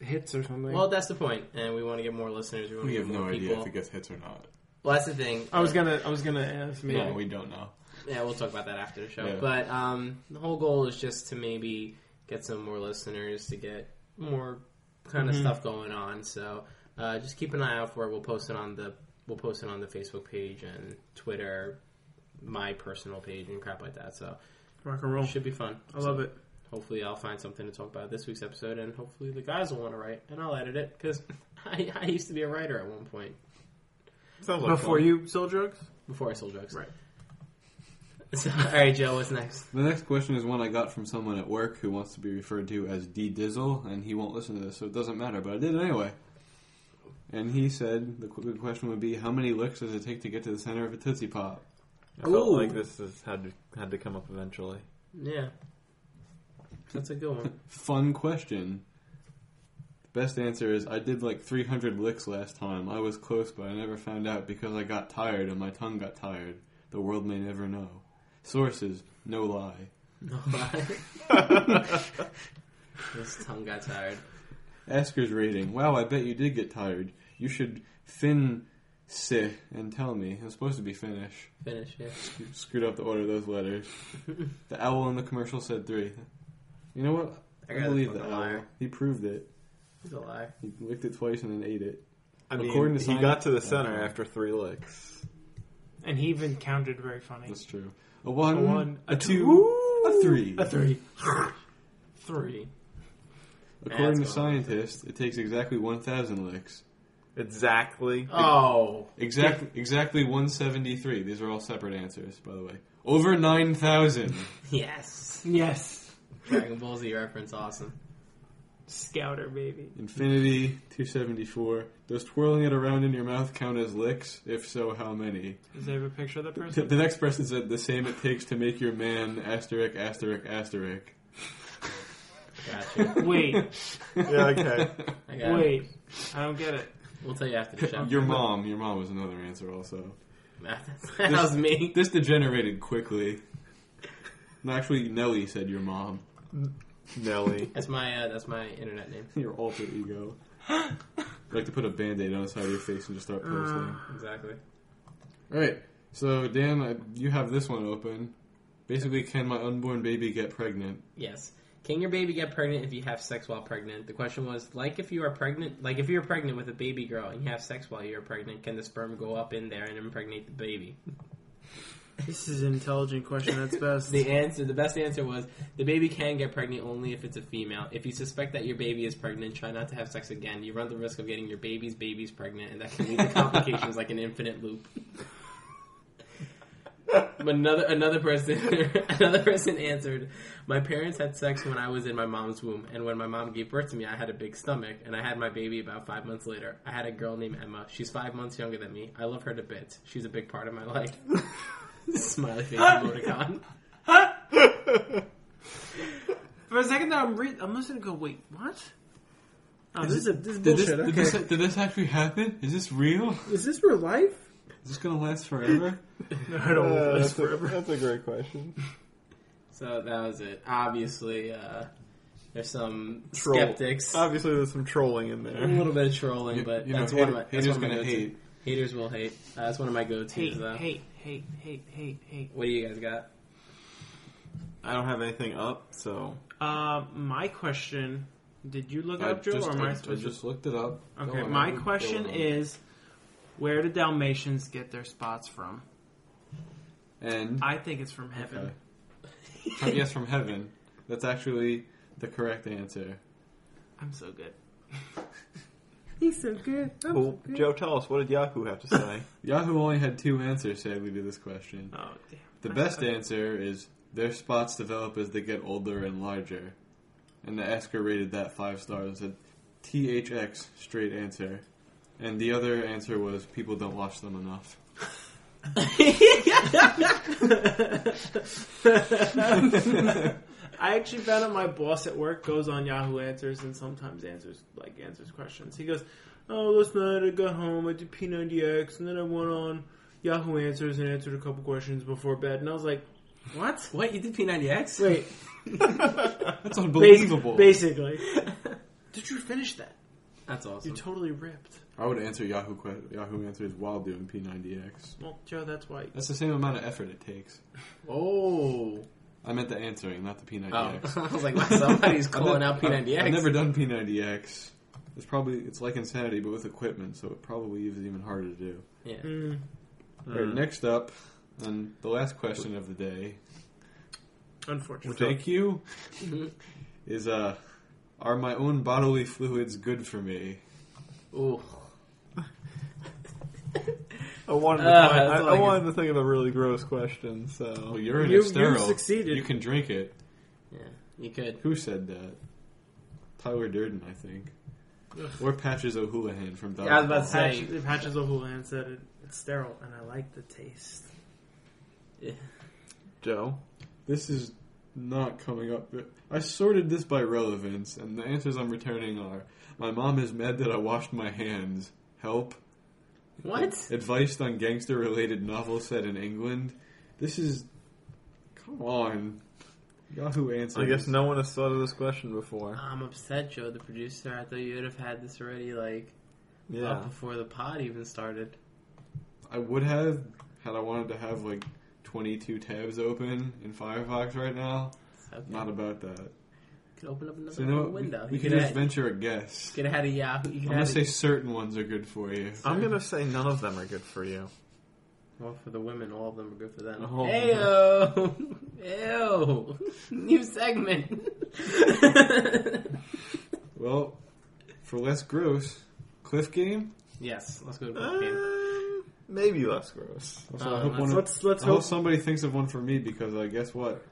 Speaker 4: hits or something.
Speaker 2: Well, that's the point, and we want to get more listeners. We want to
Speaker 3: We
Speaker 2: get
Speaker 3: have
Speaker 2: more
Speaker 3: no
Speaker 2: people.
Speaker 3: idea if it gets hits or not.
Speaker 2: Well, that's the thing. uh,
Speaker 4: I was gonna, I was gonna ask me.
Speaker 3: No, we don't know.
Speaker 2: Yeah, we'll talk about that after the show.
Speaker 3: Yeah.
Speaker 2: But um, the whole goal is just to maybe get some more listeners to get more kind of
Speaker 4: Mhm.
Speaker 2: stuff going on. So uh, just keep an eye out for it. We'll post it on the we'll post it on the Facebook page and Twitter, my personal page and crap like that. So
Speaker 4: Rock and roll.
Speaker 2: it should be fun.
Speaker 4: I love
Speaker 2: So
Speaker 4: it.
Speaker 2: Hopefully, I'll find something to talk about this week's episode, and hopefully, the guys will want to write, and I'll edit it because I, I used to be a writer at one point
Speaker 1: Sounds like
Speaker 4: Before
Speaker 2: um,
Speaker 1: fun.
Speaker 4: you sold drugs?
Speaker 2: before I sold drugs.
Speaker 4: Right.
Speaker 2: So, all right, Joe, what's next?
Speaker 3: The next question is one I got from someone at work who wants to be referred to as D Dizzle, and he won't listen to this, so it doesn't matter, but I did it anyway. And he said the qu- the question would be how many licks does it take to get to the center of a Tootsie Pop?
Speaker 1: I felt
Speaker 2: Ooh.
Speaker 1: like this is had to, had to come up eventually.
Speaker 2: Yeah, that's a good one.
Speaker 3: Fun question. The best answer is I did like 300 licks last time. I was close, but I never found out because I got tired and my tongue got tired. The world may never know. Sources, no lie.
Speaker 2: No lie. His tongue got tired.
Speaker 3: Asker's rating. Wow, I bet you did get tired. You should fin sit and tell me. It was supposed to be Finnish.
Speaker 2: Finish. Yeah.
Speaker 3: You screwed up the order of those letters. the owl in the commercial said three. You know what?
Speaker 2: I
Speaker 3: I,
Speaker 2: got
Speaker 3: believe
Speaker 2: the
Speaker 3: the
Speaker 2: fucking
Speaker 3: owl.
Speaker 2: liar.
Speaker 3: He proved it.
Speaker 2: He's a liar.
Speaker 3: He licked it twice and then ate it.
Speaker 1: I mean,
Speaker 3: According to
Speaker 1: he
Speaker 3: science-
Speaker 1: got to the center
Speaker 3: Okay.
Speaker 1: after three licks.
Speaker 4: And he even counted very funny.
Speaker 3: That's true. A one,
Speaker 4: A one,
Speaker 3: a
Speaker 4: a
Speaker 3: two, a three.
Speaker 2: three. three.
Speaker 3: According to
Speaker 2: That's what I was
Speaker 3: scientists, it takes exactly 1,000 licks.
Speaker 1: Exactly.
Speaker 2: Oh.
Speaker 3: Exactly, exactly 173. These are all separate answers, by the way. Over 9,000.
Speaker 2: Yes.
Speaker 4: Yes.
Speaker 2: Dragon Ball Z reference. Awesome.
Speaker 4: Scouter, baby.
Speaker 3: Infinity 274. Does twirling it around in your mouth count as licks? If so, how many?
Speaker 4: Does they have a picture of that person?
Speaker 3: T- The next person said the same it takes to make your man asterisk asterisk asterisk.
Speaker 2: Gotcha.
Speaker 4: Wait,
Speaker 1: Yeah, okay.
Speaker 2: I got Wait.
Speaker 4: wait. I don't get it.
Speaker 2: We'll tell you after the show.
Speaker 3: your mom, your mom was another answer also.
Speaker 2: that was me.
Speaker 3: This degenerated quickly. No, actually, Nelly said your mom.
Speaker 1: Nelly.
Speaker 2: That's my uh, that's my internet name.
Speaker 3: Your alter ego. I'd like to put a band-aid on the side of your face and just start posting.
Speaker 2: Exactly.
Speaker 3: Alright, so Dan, I, you have this one open. Basically, can my unborn baby get pregnant?
Speaker 2: Yes. Can your baby get pregnant if you have sex while pregnant? The question was like if you are pregnant, like if you're pregnant with a baby girl and you have sex while you're pregnant, can the sperm go up in there and impregnate the baby?
Speaker 4: This is an intelligent question. That's best.
Speaker 2: The answer, the best answer was the baby can get pregnant only if it's a female. If you suspect that your baby is pregnant, try not to have sex again. You run the risk of getting your baby's babies pregnant, and that can lead to complications like an infinite loop. another another person another person answered, "My parents had sex when I was in my mom's womb, and when my mom gave birth to me, I had a big stomach, and I had my baby about five months later. I had a girl named Emma. She's five months younger than me. I love her to bits. She's a big part of my life." Smiley face emoticon.
Speaker 4: For a second, there, I'm re- I'm listening to go. Wait, what? Oh, this is a, this is
Speaker 3: Did this,
Speaker 4: bullshit.
Speaker 3: did,
Speaker 4: okay.
Speaker 3: this, did this actually happen? Is this real?
Speaker 4: is this real life?
Speaker 3: Is this gonna last forever?
Speaker 4: No, I don't.
Speaker 1: Uh,
Speaker 4: want
Speaker 1: that's,
Speaker 4: this
Speaker 1: a,
Speaker 4: forever.
Speaker 1: that's a great question.
Speaker 2: So that was it. Obviously, uh, there's some
Speaker 1: Troll.
Speaker 2: skeptics, a
Speaker 1: Obviously, there's some trolling in there.
Speaker 2: little bit of trolling, but
Speaker 3: Uh, you know,
Speaker 2: that's
Speaker 3: hate-
Speaker 2: one of my, that's
Speaker 3: haters
Speaker 2: one of my
Speaker 3: gonna
Speaker 2: go-to.
Speaker 3: hate.
Speaker 2: Haters will hate. Uh, that's one of my go-tos.
Speaker 4: Hate,
Speaker 2: though.
Speaker 4: hate, hate, hate, hate, hate.
Speaker 2: What do you guys got?
Speaker 1: I don't have anything up, so
Speaker 4: Uh, my question. Did you look it
Speaker 3: I
Speaker 4: up, Joe,
Speaker 3: just,
Speaker 4: or am I,
Speaker 3: I- I
Speaker 4: supposed
Speaker 3: just looked it up.
Speaker 4: to?
Speaker 3: Go
Speaker 4: Okay.
Speaker 3: on,
Speaker 4: my
Speaker 3: go
Speaker 4: question
Speaker 3: on.
Speaker 4: is, where do Dalmatians get their spots from?
Speaker 3: and
Speaker 4: I think it's from heaven.
Speaker 3: Okay. From- yes, from heaven. That's actually the correct answer.
Speaker 4: I'm so good. He's so good. I'm
Speaker 1: Well, Joe, tell us what did Yahoo have to say?
Speaker 3: Yahoo only had two answers, sadly, to this question.
Speaker 4: Oh damn.
Speaker 3: The
Speaker 4: I-
Speaker 3: best
Speaker 4: I-
Speaker 3: answer is their spots develop as they get older and larger, and the Esker rated that five stars. A THX straight answer, and the other answer was people don't wash them enough.
Speaker 4: I actually found out my boss at work goes on Yahoo Answers and sometimes answers like answers questions. He goes, "Oh, last night I got home, I did P90X, and then I went on Yahoo Answers and answered a couple questions before bed." And I was like, "What?
Speaker 2: What you did P90X?
Speaker 4: Wait,
Speaker 3: That's
Speaker 4: bas-
Speaker 3: unbelievable.
Speaker 4: basically, did you finish that?
Speaker 2: That's
Speaker 4: You
Speaker 2: awesome.
Speaker 4: totally ripped."
Speaker 3: I would answer Yahoo que- Yahoo answers while doing P90X.
Speaker 4: Well, Joe, that's why.
Speaker 3: That's the same amount of effort it takes.
Speaker 2: oh,
Speaker 3: I meant the answering, not the
Speaker 2: oh!
Speaker 3: P90X.
Speaker 2: I was like, wow, somebody's
Speaker 3: I've
Speaker 2: calling
Speaker 3: ne-
Speaker 2: out P90X.
Speaker 3: I've, I've never done P90X. It's probably it's like insanity, but with equipment, so it probably is even harder to do.
Speaker 2: Yeah.
Speaker 4: Mm.
Speaker 3: All right, next up, and the last question of the day.
Speaker 4: Unfortunately.
Speaker 3: Thank you.
Speaker 2: Mhm.
Speaker 3: Is uh, are my own bodily fluids good for me?
Speaker 2: Ooh.
Speaker 1: I wanted, to,
Speaker 2: Uh,
Speaker 1: find- I,
Speaker 2: that's
Speaker 1: I
Speaker 2: like
Speaker 1: wanted to think of a really gross question, so
Speaker 3: Well, urine
Speaker 4: You-
Speaker 3: is sterile.
Speaker 4: you succeeded.
Speaker 3: You can drink it.
Speaker 2: Yeah. You could.
Speaker 3: Who said that? Tyler Durden, I think. Or Patches O'Houlihan from Dodgeball.
Speaker 2: Yeah, I was about to say-
Speaker 4: Patch, Patches O'Houlihan said it, it's sterile, and I like the taste.
Speaker 1: Joe,
Speaker 3: This is not coming up. I sorted this by relevance, and the answers I'm returning are My mom is mad that I washed my hands. Help.
Speaker 2: What?
Speaker 3: Advice on gangster related novel set in England. This is. Come on. Yahoo answers.
Speaker 1: I guess no one has thought of this question before.
Speaker 2: I'm upset, Joe, the producer. I thought you would have had this already, like, up
Speaker 1: Yeah,
Speaker 2: before the pod even started.
Speaker 3: I would have had I wanted to have like 22 tabs open in Firefox right now.
Speaker 2: So
Speaker 3: Not about that.
Speaker 2: could open up another
Speaker 3: So you know, what?
Speaker 2: window.
Speaker 3: we, we
Speaker 2: you
Speaker 3: can
Speaker 2: could
Speaker 3: just
Speaker 2: have,
Speaker 3: venture a guess.
Speaker 2: could have had a Yahoo. You
Speaker 3: I'm
Speaker 2: could
Speaker 3: gonna
Speaker 2: have
Speaker 3: say certain ones are good for you.
Speaker 1: I'm gonna say none of them are good for you.
Speaker 2: Well, for the women, all of them are good for them.
Speaker 3: Oh.
Speaker 2: Ayo! Ew! New segment!
Speaker 3: Well, for less gross, Cliff Game.
Speaker 2: yes, let's go to Cliff Game.
Speaker 1: Um, maybe less gross.
Speaker 3: Also, I
Speaker 2: Uh,
Speaker 3: hope
Speaker 2: let's-
Speaker 3: one. Of,
Speaker 4: Let's let's
Speaker 3: I hope
Speaker 4: hope.
Speaker 3: somebody thinks of one for me because I guess what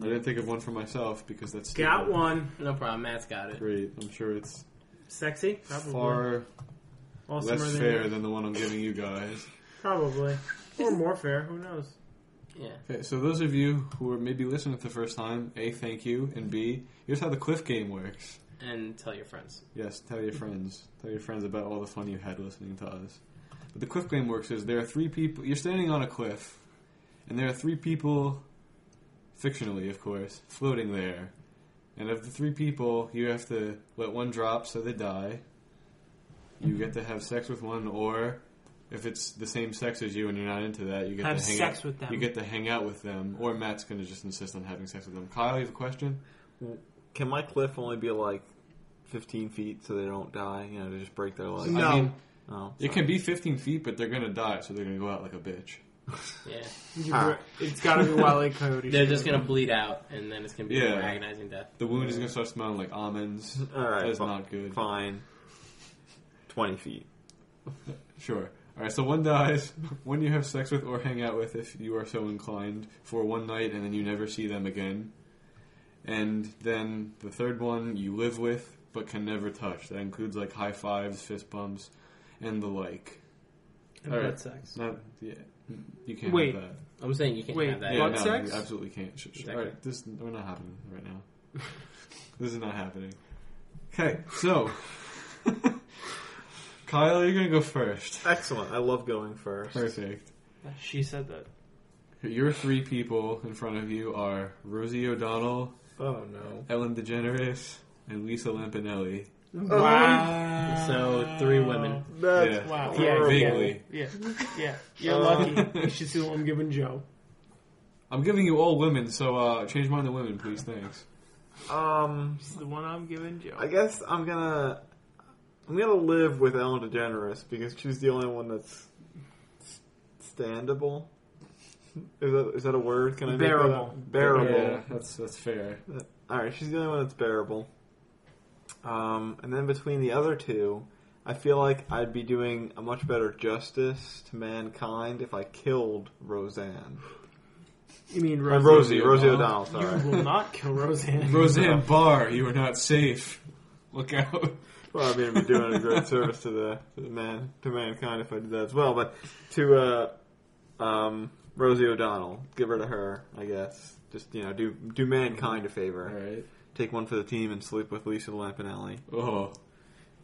Speaker 3: I didn't think of one for myself because that's stupid.
Speaker 4: Got one.
Speaker 3: Uh.
Speaker 2: No problem, Matt's got it.
Speaker 3: Great. I'm sure it's
Speaker 4: Sexy? Probably.
Speaker 3: far
Speaker 4: All summer
Speaker 3: less
Speaker 4: than-
Speaker 3: fair than the one I'm giving you guys.
Speaker 4: Probably. Or more fair. Who knows?
Speaker 2: Yeah.
Speaker 3: Okay, so those of you who are maybe listening for the first time, A, thank you, and B, here's how the Cliff Game works.
Speaker 2: And tell your friends.
Speaker 3: Yes, tell your friends. Tell your friends about all the fun you had listening to us. But the Cliff Game works is there are three people. You're standing on a cliff, and there are three people, fictionally, of course, floating there. And of the three people, you have to let one drop so they die. You get to have sex with one, or if it's the same sex as you and you're not into that, you get
Speaker 4: Have
Speaker 3: to hang
Speaker 4: sex
Speaker 3: out.
Speaker 4: with them.
Speaker 3: You get to hang out with them, or Matt's going to just insist on having sex with them. Kyle, you have a question?
Speaker 1: Can my cliff only be like 15 feet so they don't die? You know, they just break their leg.
Speaker 4: No.
Speaker 3: I mean,
Speaker 1: Oh,
Speaker 3: it can be 15 feet, but they're going to die, so they're going to go out like a bitch.
Speaker 2: Yeah.
Speaker 4: You-
Speaker 1: Ah.
Speaker 4: It's got to be Wile E. Coyote.
Speaker 2: They're just gonna bleed out, and then it's gonna be
Speaker 3: Yeah.
Speaker 2: an agonizing death.
Speaker 3: The wound is going to start smelling like almonds.
Speaker 1: all right,
Speaker 3: That's
Speaker 1: fi-
Speaker 3: not good.
Speaker 1: Fine. 20 feet.
Speaker 3: Sure. All right, so one dies, one you have sex with or hang out with if you are so inclined for one night, and then you never see them again. And then the third one you live with but can never touch. That includes like high fives, fist bumps, and the like.
Speaker 4: And
Speaker 3: All right.
Speaker 4: butt sex.
Speaker 3: Not yeah, you can't
Speaker 4: Wait.
Speaker 3: have that.
Speaker 2: I'm saying you can't
Speaker 4: Wait,
Speaker 2: have that.
Speaker 4: Yeah, Butt
Speaker 3: no,
Speaker 4: sex?
Speaker 3: You absolutely can't. Sh- sh-
Speaker 2: Exactly.
Speaker 3: all right, this we're not happening right now. this is not happening. Okay, so Kyle, you're gonna go first.
Speaker 1: Excellent. I love going first.
Speaker 3: Perfect.
Speaker 4: She said that.
Speaker 3: Your three people in front of you are Rosie O'Donnell,
Speaker 1: Oh, no.
Speaker 3: Ellen DeGeneres, and Lisa Lampanelli.
Speaker 4: Oh. Wow.
Speaker 2: So, three women.
Speaker 1: Mm, That's
Speaker 3: Yeah.
Speaker 4: Wow.
Speaker 1: horrible.
Speaker 3: Vaguely.
Speaker 4: Yeah. Yeah. You're
Speaker 1: Uh,
Speaker 4: lucky. You should see what I'm giving Joe.
Speaker 3: I'm giving you all women, so uh, change mine to women, please. Thanks.
Speaker 1: Um,
Speaker 4: The one I'm giving Joe.
Speaker 1: I guess I'm gonna... I'm gonna live with Ellen DeGeneres because she's the only one that's s- standable. Is that, is that a word? Can I make that
Speaker 4: Bearable.
Speaker 1: up? Bearable.
Speaker 3: Yeah, that's that's fair.
Speaker 1: All right, she's the only one that's bearable. Um, and then between the other two, I feel like I'd be doing a much better justice to mankind if I killed Roseanne.
Speaker 4: You mean
Speaker 1: Uh, Rosie,
Speaker 4: Rosie?
Speaker 1: Rosie
Speaker 3: O'Donnell.
Speaker 1: O'Donnell.
Speaker 4: You
Speaker 1: sorry.
Speaker 4: will not kill Roseanne.
Speaker 3: Roseanne Barr, you are not safe. Look out.
Speaker 1: well, I mean, I'd be doing a great service to the to the man to mankind if I did that as well. But to uh, um, Rosie O'Donnell, give her to her, I guess. Just you know, do do mankind a
Speaker 3: All
Speaker 1: favor.
Speaker 3: right.
Speaker 1: Take one for the team and sleep with Lisa Lampanelli.
Speaker 3: Oh.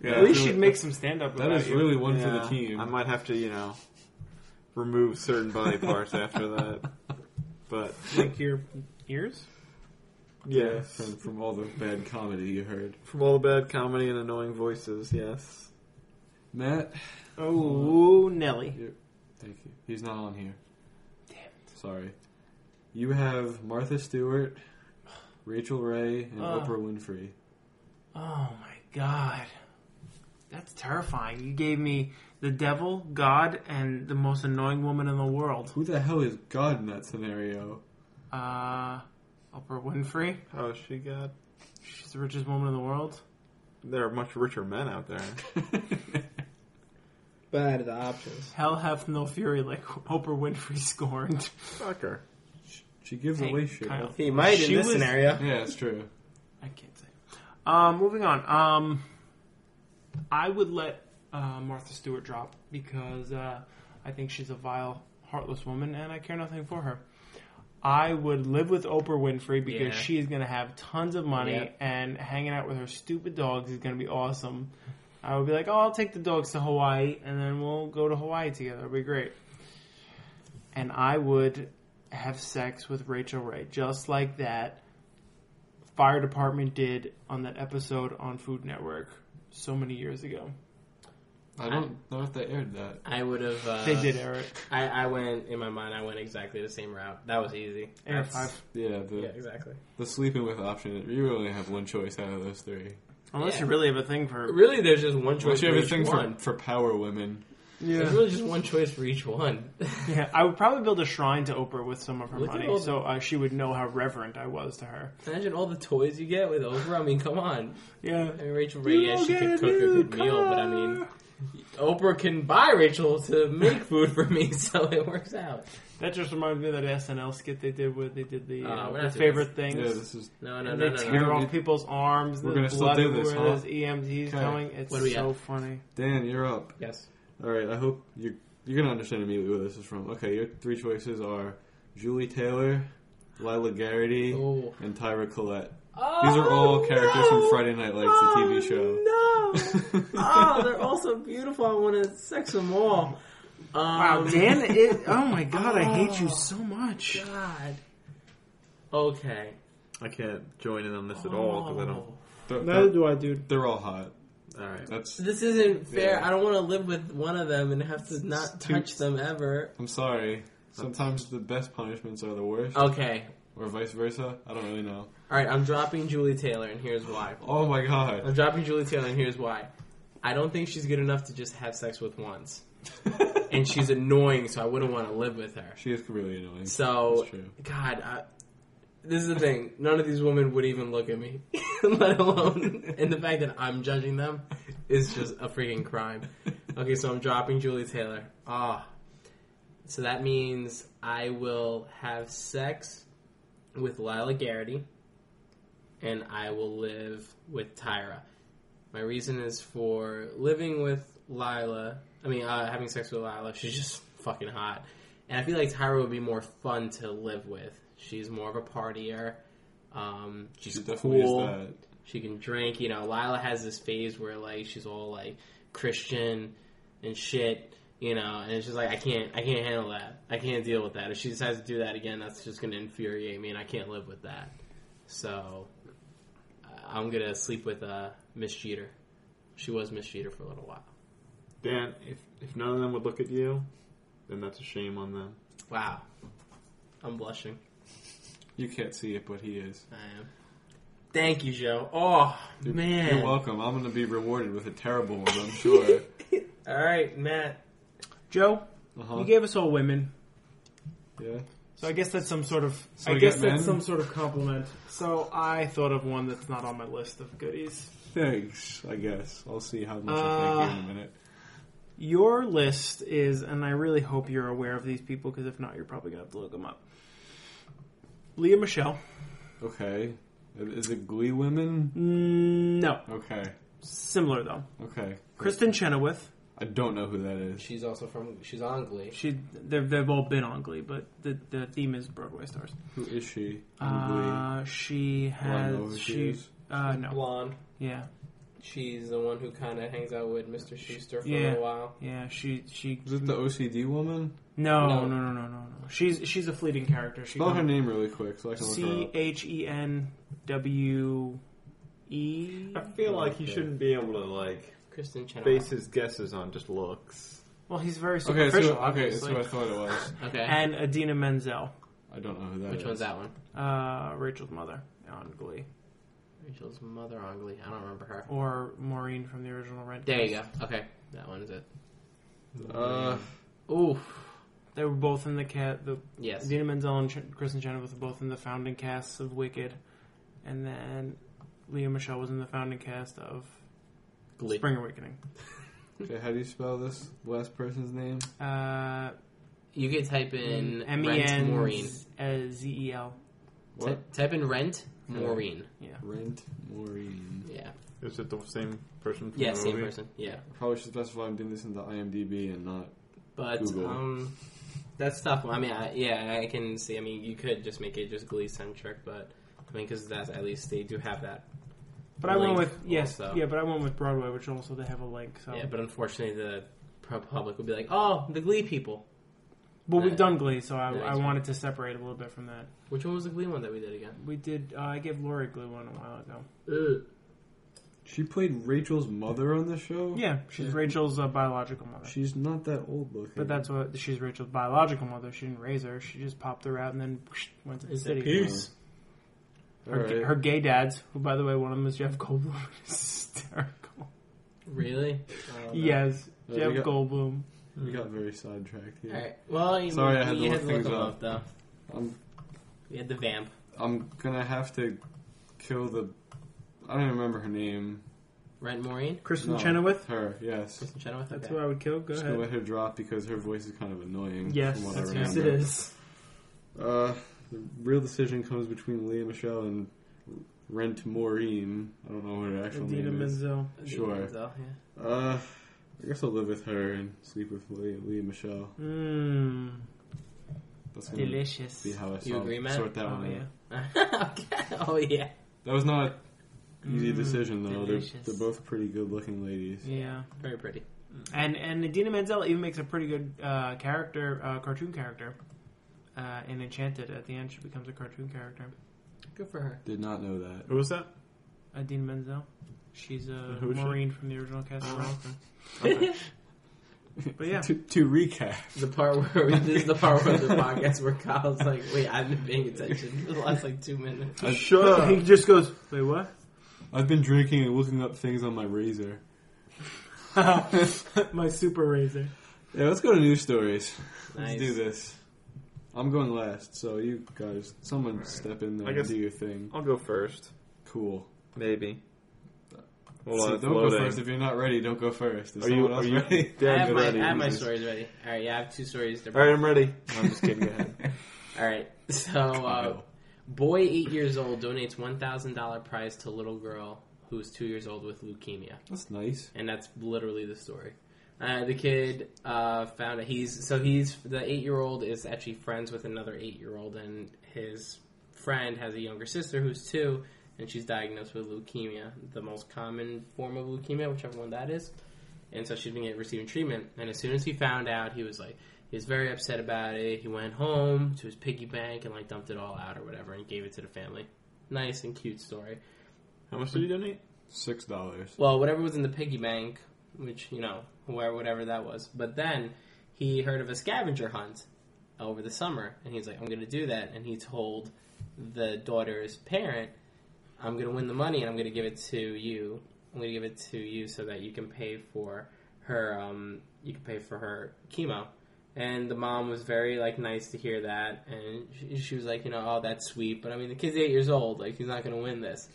Speaker 3: Yeah,
Speaker 4: At least
Speaker 3: really-
Speaker 4: she'd make some stand up.
Speaker 3: That is really one for the
Speaker 1: Yeah,
Speaker 3: team.
Speaker 1: I might have to, you know, remove certain body parts after that. But
Speaker 4: Like your ears?
Speaker 1: yes,
Speaker 3: From, from all the bad comedy you heard.
Speaker 1: from all the bad comedy and annoying voices, yes.
Speaker 3: Matt,
Speaker 4: Oh, Nelly.
Speaker 3: thank you. He's not on here. Damn. Sorry. You have Martha Stewart, Rachel Ray, and
Speaker 4: Ah.
Speaker 3: Oprah Winfrey.
Speaker 4: Oh my god. That's terrifying. You gave me the devil, God, and the most annoying woman in the world.
Speaker 3: Who the hell is God in that scenario?
Speaker 4: Uh, Oprah Winfrey.
Speaker 1: Oh, she got.
Speaker 4: She's the richest woman in the world.
Speaker 1: There are much richer men out there.
Speaker 2: Bad the options.
Speaker 4: Hell hath no fury like Oprah Winfrey scorned.
Speaker 1: Fuck her.
Speaker 3: she gives
Speaker 4: Hey,
Speaker 3: away shit.
Speaker 4: Kyle.
Speaker 2: He might
Speaker 4: She
Speaker 2: in this
Speaker 4: was-
Speaker 2: scenario.
Speaker 3: Yeah, it's true.
Speaker 4: I can't say. Um, moving on. Um, I would let uh, Martha Stewart drop because uh, I think she's a vile, heartless woman, and I care nothing for her. I would live with Oprah Winfrey because
Speaker 2: Yeah.
Speaker 4: she is going to have tons of money,
Speaker 2: Yep.
Speaker 4: and hanging out with her stupid dogs is going to be awesome. I would be like, oh, I'll take the dogs to Hawaii, and then we'll go to Hawaii together. It'll be great. And I would have sex with Rachel Ray, just like that fire department did on that episode on Food Network so many years ago.
Speaker 3: I don't know if they aired that.
Speaker 2: I would have. Uh,
Speaker 4: they did air it.
Speaker 2: I, I went in my mind. I went exactly the same route. That was easy.
Speaker 4: Air
Speaker 2: That's-
Speaker 4: five.
Speaker 3: Yeah, the,
Speaker 2: Yeah, exactly.
Speaker 3: the sleeping with option. You only have one choice out of those three.
Speaker 4: Unless you
Speaker 2: Yeah.
Speaker 4: really have a thing for
Speaker 2: Really, there's just one choice
Speaker 3: What's
Speaker 2: for
Speaker 3: your
Speaker 2: each
Speaker 3: favorite thing for,
Speaker 2: one.
Speaker 3: for power women?
Speaker 2: There's really just one choice for each one.
Speaker 4: yeah. I would probably build a shrine to Oprah with some of her
Speaker 2: Look at
Speaker 4: money,
Speaker 2: all the-
Speaker 4: so uh, she would know how reverent I was to her.
Speaker 2: Imagine all the toys you get with Oprah. I mean, come on.
Speaker 4: Yeah,
Speaker 2: I mean, Rachel Ray, yeah,
Speaker 4: You'll
Speaker 2: she
Speaker 4: get
Speaker 2: could
Speaker 4: a
Speaker 2: cook a
Speaker 4: new
Speaker 2: good meal, but I mean, Oprah can buy Rachel to make food for me, so it works out.
Speaker 4: that just reminds me of that SNL skit they did where they did the,
Speaker 2: Uh,
Speaker 4: uh,
Speaker 2: we're
Speaker 4: the
Speaker 2: not doing
Speaker 4: favorite things.
Speaker 3: Yeah, this is
Speaker 2: No, no,
Speaker 4: And
Speaker 2: no,
Speaker 4: they
Speaker 2: no, no.
Speaker 4: tear
Speaker 3: We're
Speaker 4: off
Speaker 3: gonna-
Speaker 4: people's arms.
Speaker 3: we're
Speaker 4: the
Speaker 3: gonna still
Speaker 4: blood
Speaker 3: do this,
Speaker 4: everywhere,
Speaker 3: huh?
Speaker 4: There's E EMTs
Speaker 3: Okay.
Speaker 4: coming. It's
Speaker 2: What do we
Speaker 4: so
Speaker 2: got?
Speaker 4: funny.
Speaker 3: Dan. You're up.
Speaker 2: Yes.
Speaker 3: All right. I hope you you're gonna understand immediately where this is from. Okay, your three choices are Julie Taylor, Lila Garrity,
Speaker 2: Oh.
Speaker 3: and Tyra Collette. These are all characters from Friday Night Lights, the TV show.
Speaker 2: Oh, No. oh, they're all so beautiful. I want to sex them all. Um,
Speaker 4: Wow, Dan! It, oh my God, I hate
Speaker 1: Oh.
Speaker 4: you so much.
Speaker 2: God. Okay.
Speaker 1: I can't join in on this at all because I
Speaker 2: Oh.
Speaker 1: don't.
Speaker 3: They're,
Speaker 4: Neither
Speaker 3: they're,
Speaker 4: do I, dude.
Speaker 3: they're all hot.
Speaker 1: All right.
Speaker 3: That's
Speaker 2: This isn't fair.
Speaker 3: Yeah.
Speaker 2: I don't want to live with one of them and have to not
Speaker 3: too-
Speaker 2: touch them ever.
Speaker 3: I'm sorry. Sometimes the best punishments are the worst,
Speaker 2: Okay.
Speaker 3: or vice versa. I don't really know.
Speaker 2: All right, I'm dropping Julie Taylor, and here's why.
Speaker 3: Oh my god.
Speaker 2: I'm dropping Julie Taylor, and here's why. I don't think she's good enough to just have sex with once. And she's annoying, so I wouldn't want to live with her.
Speaker 3: she is really annoying.
Speaker 2: So,
Speaker 3: That's true.
Speaker 2: God, I, this is the thing. None of these women would even look at me, let alone. And the fact that I'm judging them is just a freaking crime. Okay, so I'm dropping Julie Taylor. Ah. So that means I will have sex with Lila Garrity and I will live with Tyra. My reason is for living with Lila. I mean, uh, having sex with Lila. She's just fucking hot. And I feel like Tyra would be more fun to live with. She's more of a partier. Um, she's
Speaker 3: She definitely
Speaker 2: cool.
Speaker 3: is that.
Speaker 2: She can drink. You know, Lila has this phase where like she's all like Christian and shit. You know, and it's just like I can't, I can't handle that. I can't deal with that. If she decides to do that again, that's just going to infuriate me, and I can't live with that. So I- I'm gonna sleep with uh, Miss Jeter. She was Miss Jeter for a little while.
Speaker 1: Dan, if, if none of them would look at you, then that's a shame on them.
Speaker 2: Wow, I'm blushing.
Speaker 3: You can't see it, but he is.
Speaker 2: I am. Thank you, Joe. Oh
Speaker 3: You're,
Speaker 2: man.
Speaker 3: You're welcome. I'm going to be rewarded with a terrible one, I'm sure.
Speaker 2: All right, Matt.
Speaker 4: Joe,
Speaker 3: Uh-huh.
Speaker 4: you gave us all women.
Speaker 3: yeah.
Speaker 4: So I guess that's some sort of.
Speaker 3: So
Speaker 4: I
Speaker 3: we
Speaker 4: guess
Speaker 3: got
Speaker 4: that's
Speaker 3: men?
Speaker 4: some sort of compliment. So I thought of one that's not on my list of goodies.
Speaker 3: Thanks, I guess. I'll see how much I
Speaker 4: Uh,
Speaker 3: thank you in a minute.
Speaker 4: Your list is, and I really hope you're aware of these people because if not, you're probably gonna have to look them up. Leah Michelle.
Speaker 3: Okay. Is it Glee Women?
Speaker 4: Mm, no,
Speaker 3: Okay.
Speaker 4: similar though.
Speaker 3: Okay.
Speaker 4: Kristen Chenoweth.
Speaker 3: I don't know who that is.
Speaker 2: She's also from. She's on Glee.
Speaker 4: She, they've, they've all been on Glee, but the, the theme is Broadway stars.
Speaker 3: Who is she? in
Speaker 4: Uh, she
Speaker 3: Glee? Well, I know
Speaker 4: has
Speaker 3: who
Speaker 4: she.
Speaker 3: is.
Speaker 4: uh, no,
Speaker 2: Blonde.
Speaker 4: yeah,
Speaker 2: She's the one who kind of hangs out with Mr. Schuster for a
Speaker 4: Yeah.
Speaker 2: little while.
Speaker 4: yeah. She she
Speaker 3: Is it the OCD woman?
Speaker 4: No,
Speaker 2: No.
Speaker 4: no, no, no, no, no. She's she's a fleeting character. She
Speaker 3: Spell her name really quick so I can look her
Speaker 4: C
Speaker 3: up.
Speaker 4: H E N W E.
Speaker 1: I feel like he shouldn't be able to, like,
Speaker 2: Kristen
Speaker 1: base
Speaker 2: Chenoweth.
Speaker 1: his guesses on just looks.
Speaker 4: Well, he's very
Speaker 3: Okay,
Speaker 4: superficial.
Speaker 3: that's who, okay, that's
Speaker 4: obviously.
Speaker 3: who I thought it was.
Speaker 2: Okay.
Speaker 4: And Adina Menzel,
Speaker 3: I don't know who that is.
Speaker 2: Which one's that one?
Speaker 4: uh, Rachel's mother on Glee.
Speaker 2: Rachel's mother Ongly. I don't remember her.
Speaker 4: or Maureen from the original Rent.
Speaker 2: There you go. Okay, that one is it.
Speaker 3: Uh,
Speaker 2: Oof.
Speaker 4: They were both in the cat. The
Speaker 2: Yes.
Speaker 4: Dina Menzel and Ch- Kristen Chenoweth were both in the founding casts of Wicked, and then Leah Michelle was in the founding cast of
Speaker 2: Glee.
Speaker 4: Spring Awakening.
Speaker 3: okay, how do you spell this last person's name?
Speaker 4: Uh,
Speaker 2: You could type in
Speaker 4: M E
Speaker 2: Rent
Speaker 4: N
Speaker 2: Maureen.
Speaker 4: Z E L.
Speaker 3: What?
Speaker 2: Ty- type in Rent
Speaker 4: Mm.
Speaker 3: Okay.
Speaker 2: Maureen.
Speaker 4: Yeah.
Speaker 3: Rent Maureen.
Speaker 2: Yeah.
Speaker 1: Is it the same person? From
Speaker 2: Yeah,
Speaker 1: the
Speaker 2: same
Speaker 1: movie?
Speaker 2: person. Yeah.
Speaker 3: I probably should specify I'm doing this into IMDb and not.
Speaker 2: But
Speaker 3: Google.
Speaker 2: um, that's tough. I mean, I, yeah, I can see. I mean, you could just make it just Glee centric, but I mean, because that's at least they do have that.
Speaker 4: But I went
Speaker 2: link
Speaker 4: with yes,
Speaker 2: also.
Speaker 4: yeah. But I went with Broadway, which also they have a link. So,
Speaker 2: Yeah, but unfortunately, the pro- public would be like, "Oh, the Glee people."
Speaker 4: well,
Speaker 2: Yeah.
Speaker 4: we've done Glee, so I,
Speaker 2: Yeah,
Speaker 4: I
Speaker 2: exactly.
Speaker 4: wanted to separate a little bit from that.
Speaker 2: Which one was the Glee one that we did again?
Speaker 4: We did. Uh, I gave Lori Glee one a while ago.
Speaker 3: She played Rachel's mother on the show.
Speaker 4: Yeah, she's
Speaker 3: Yeah.
Speaker 4: Rachel's uh, biological mother.
Speaker 3: She's not that old looking.
Speaker 4: But that's what she's Rachel's biological mother. She didn't raise her. She just popped her out and then whoosh, went to the
Speaker 2: Is it
Speaker 4: city.
Speaker 2: peace?
Speaker 3: All
Speaker 4: Her,
Speaker 3: right.
Speaker 4: her gay dads, who by the way, one of them is Jeff Goldblum. is hysterical.
Speaker 2: Really? I don't know.
Speaker 4: Yes,
Speaker 3: Uh,
Speaker 4: Jeff
Speaker 3: we got-
Speaker 4: Goldblum.
Speaker 3: We got very sidetracked
Speaker 2: All
Speaker 3: here.
Speaker 2: right. Well, you,
Speaker 3: Sorry, I had
Speaker 2: you
Speaker 3: to
Speaker 2: had
Speaker 3: look
Speaker 2: to look
Speaker 3: things
Speaker 2: them
Speaker 3: up.
Speaker 2: up though.
Speaker 3: I'm
Speaker 2: We had the vamp.
Speaker 3: I'm gonna have to kill the. I don't even remember her name.
Speaker 2: Rent Maureen.
Speaker 4: Kristen
Speaker 3: No,
Speaker 4: Chenoweth.
Speaker 3: Her, yes.
Speaker 2: Kristen Chenoweth.
Speaker 4: That's
Speaker 2: okay.
Speaker 4: who I would kill. Go
Speaker 3: Just
Speaker 4: ahead.
Speaker 3: gonna let her drop because her voice is kind of annoying.
Speaker 4: Yes,
Speaker 3: from what
Speaker 4: that's
Speaker 3: I
Speaker 4: yes,
Speaker 3: remember.
Speaker 4: it is.
Speaker 3: Uh, the real decision comes between Leah Michelle and Rent Maureen. I don't know what her actual
Speaker 4: Adina
Speaker 3: name is.
Speaker 4: Menzel.
Speaker 3: Sure.
Speaker 2: Menzel, yeah.
Speaker 3: Uh, I guess I'll live with her and sleep with Leah, Leah Michelle.
Speaker 4: Mmm,
Speaker 3: That's gonna
Speaker 4: delicious.
Speaker 3: be how I
Speaker 2: You
Speaker 3: solve-
Speaker 2: agree, Matt?
Speaker 3: sort that
Speaker 4: Oh
Speaker 3: one out.
Speaker 4: yeah.
Speaker 2: okay. Oh yeah.
Speaker 3: That was not an easy
Speaker 4: Mm,
Speaker 3: decision though. They're,
Speaker 4: delicious.
Speaker 3: they're both pretty good looking ladies.
Speaker 4: Yeah,
Speaker 2: Very pretty.
Speaker 4: and and Adina Menzel even makes a pretty good uh, character, uh, cartoon character, uh, in Enchanted. At the end, she becomes a cartoon character.
Speaker 2: Good for her.
Speaker 3: Did not know that.
Speaker 1: Who was that?
Speaker 4: Adina Menzel. She's a
Speaker 1: Who is she?
Speaker 4: Marine from the original cast. of Rent. But yeah.
Speaker 3: to, to recap,
Speaker 2: The part where we, this is the part where the podcast where Kyle's like, "Wait, I've been paying attention for the last like two minutes."
Speaker 3: I-
Speaker 1: Shut up.
Speaker 4: He just goes, wait, what?
Speaker 3: I've been drinking and looking up things on my razor.
Speaker 4: My super razor.
Speaker 3: Yeah, let's go to news stories.
Speaker 2: Nice.
Speaker 3: Let's do this. I'm going last, so you guys, someone
Speaker 1: Alright.
Speaker 3: step in there
Speaker 1: I
Speaker 3: and
Speaker 1: guess-
Speaker 3: do your thing.
Speaker 1: I'll go first.
Speaker 3: Cool.
Speaker 1: Maybe. Hold
Speaker 3: See,
Speaker 1: on,
Speaker 3: don't
Speaker 1: it's
Speaker 3: go
Speaker 1: loading.
Speaker 3: first if you're not ready. Don't go first. Is
Speaker 1: Are you?
Speaker 3: someone
Speaker 1: Are
Speaker 3: else
Speaker 1: you?
Speaker 3: ready?
Speaker 2: I
Speaker 1: dead
Speaker 2: have, my, I
Speaker 1: ready?
Speaker 2: have my stories ready. All right, yeah, I have two stories.
Speaker 1: All right, I'm ready. I'm just kidding. Go ahead.
Speaker 2: All right, so uh, boy eight years old donates one thousand dollar prize to little girl who is two years old with leukemia.
Speaker 3: That's nice.
Speaker 2: and that's literally the story. Uh, the kid uh, found out he's so he's the eight year old is actually friends with another eight year old, and his friend has a younger sister who's two, and she's diagnosed with leukemia, the most common form of leukemia, whichever one that is. And so she's been getting, receiving treatment. And as soon as he found out, he was like, he was very upset about it. He went home to his piggy bank and like dumped it all out or whatever, and gave it to the family. Nice and cute story.
Speaker 1: How much did you donate?
Speaker 3: Six dollars.
Speaker 2: Well, whatever was in the piggy bank, which you know, whoever, whatever that was. But then he heard of a scavenger hunt over the summer, and he's like, "I'm going to do that." And he told the daughter's parent, "I'm going to win the money, and I'm going to give it to you. I'm going to give it to you so that you can pay for her. Um, you can pay for her chemo." And the mom was very like nice to hear that, and she, she was like, "You know, oh, that's sweet." But I mean, the kid's eight years old; like, he's not going to win this.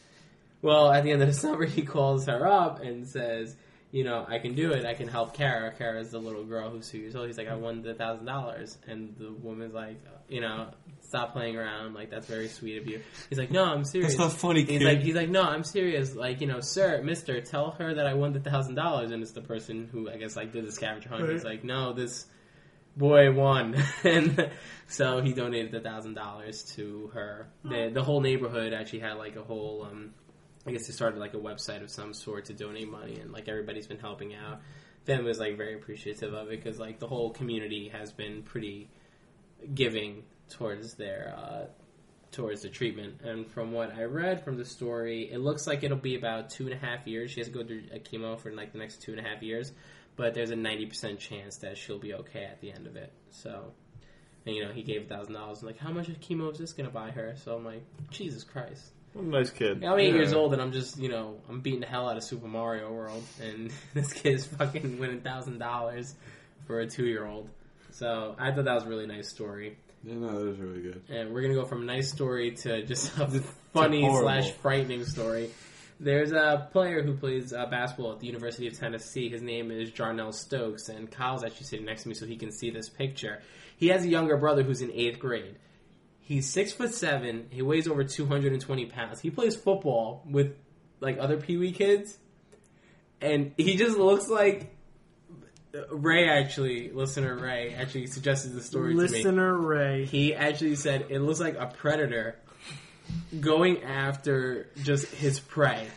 Speaker 2: Well, at the end of the summer, he calls her up and says, "You know, I can do it. I can help Kara. Kara's the little girl who's two years old." He's like, "I won the thousand dollars," and the woman's like, "You know, stop playing around. Like that's very sweet of you." He's like, "No, I'm serious."
Speaker 3: That's not funny,
Speaker 2: He's
Speaker 3: kid.
Speaker 2: like, he's like, no, I'm serious. Like, you know, sir, mister, tell her that I won the thousand dollars, and it's the person who I guess like did the scavenger hunt. He's
Speaker 4: Right.
Speaker 2: like, no, this boy won, and so he donated the thousand dollars to her. The, the whole neighborhood actually had like a whole, um, I guess they started like a website of some sort to donate money, and like everybody's been helping out. Them was like very appreciative of it because like the whole community has been pretty giving towards their uh, towards the treatment. And from what I read from the story, it looks like it'll be about two and a half years. She has to go through a chemo for like the next two and a half years, but there's a ninety percent chance that she'll be okay at the end of it. So, and you know, he gave thousand dollars. Like, how much of chemo is this gonna buy her? So I'm like, Jesus Christ.
Speaker 1: What a nice kid.
Speaker 2: I'm eight
Speaker 3: Yeah.
Speaker 2: years old and I'm just, you know, I'm beating the hell out of Super Mario World, and this kid's fucking winning thousand dollars for a two year old. So I thought that was a really nice story,
Speaker 3: Yeah, no, that was really good.
Speaker 2: and we're gonna go from nice story to just a funny
Speaker 3: horrible.
Speaker 2: slash frightening story. There's a player who plays uh, basketball at the University of Tennessee. His name is Jarnell Stokes, and Kyle's actually sitting next to me so he can see this picture. He has a younger brother who's in eighth grade. He's six foot seven. He weighs over two hundred and twenty pounds. He plays football with like other Pee Wee kids, and he just looks like uh, Ray. Actually, listener Ray actually suggested the story to me.
Speaker 4: Listener Ray.
Speaker 2: He actually said it looks like a predator going after just his prey.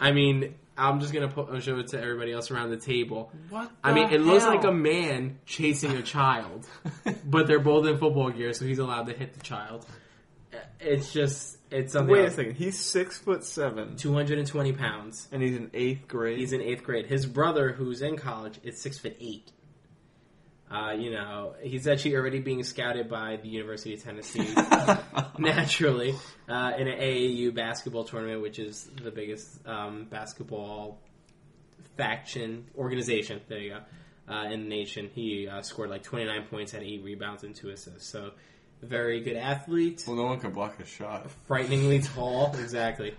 Speaker 2: I mean, I'm just gonna put, I'll show it to everybody else around the table.
Speaker 4: What?
Speaker 2: I mean, it
Speaker 4: the
Speaker 2: looks like
Speaker 4: hell?
Speaker 2: a man chasing a child, but they're both in football gear, so he's allowed to hit the child. It's just it's something.
Speaker 1: Wait a second. He's six foot seven,
Speaker 2: Two hundred and twenty pounds.
Speaker 1: and he's in eighth grade.
Speaker 2: He's in eighth grade. His brother, who's in college, is six foot eight. Uh, you know, he's actually already being scouted by the University of Tennessee naturally uh, in an AAU basketball tournament, which is the biggest um, basketball faction organization. There you go. Uh, in the nation, he uh, scored like 29 points, had eight rebounds and two assists. So, very good athlete
Speaker 3: Well, no one can block his shot.
Speaker 2: frighteningly tall. Exactly.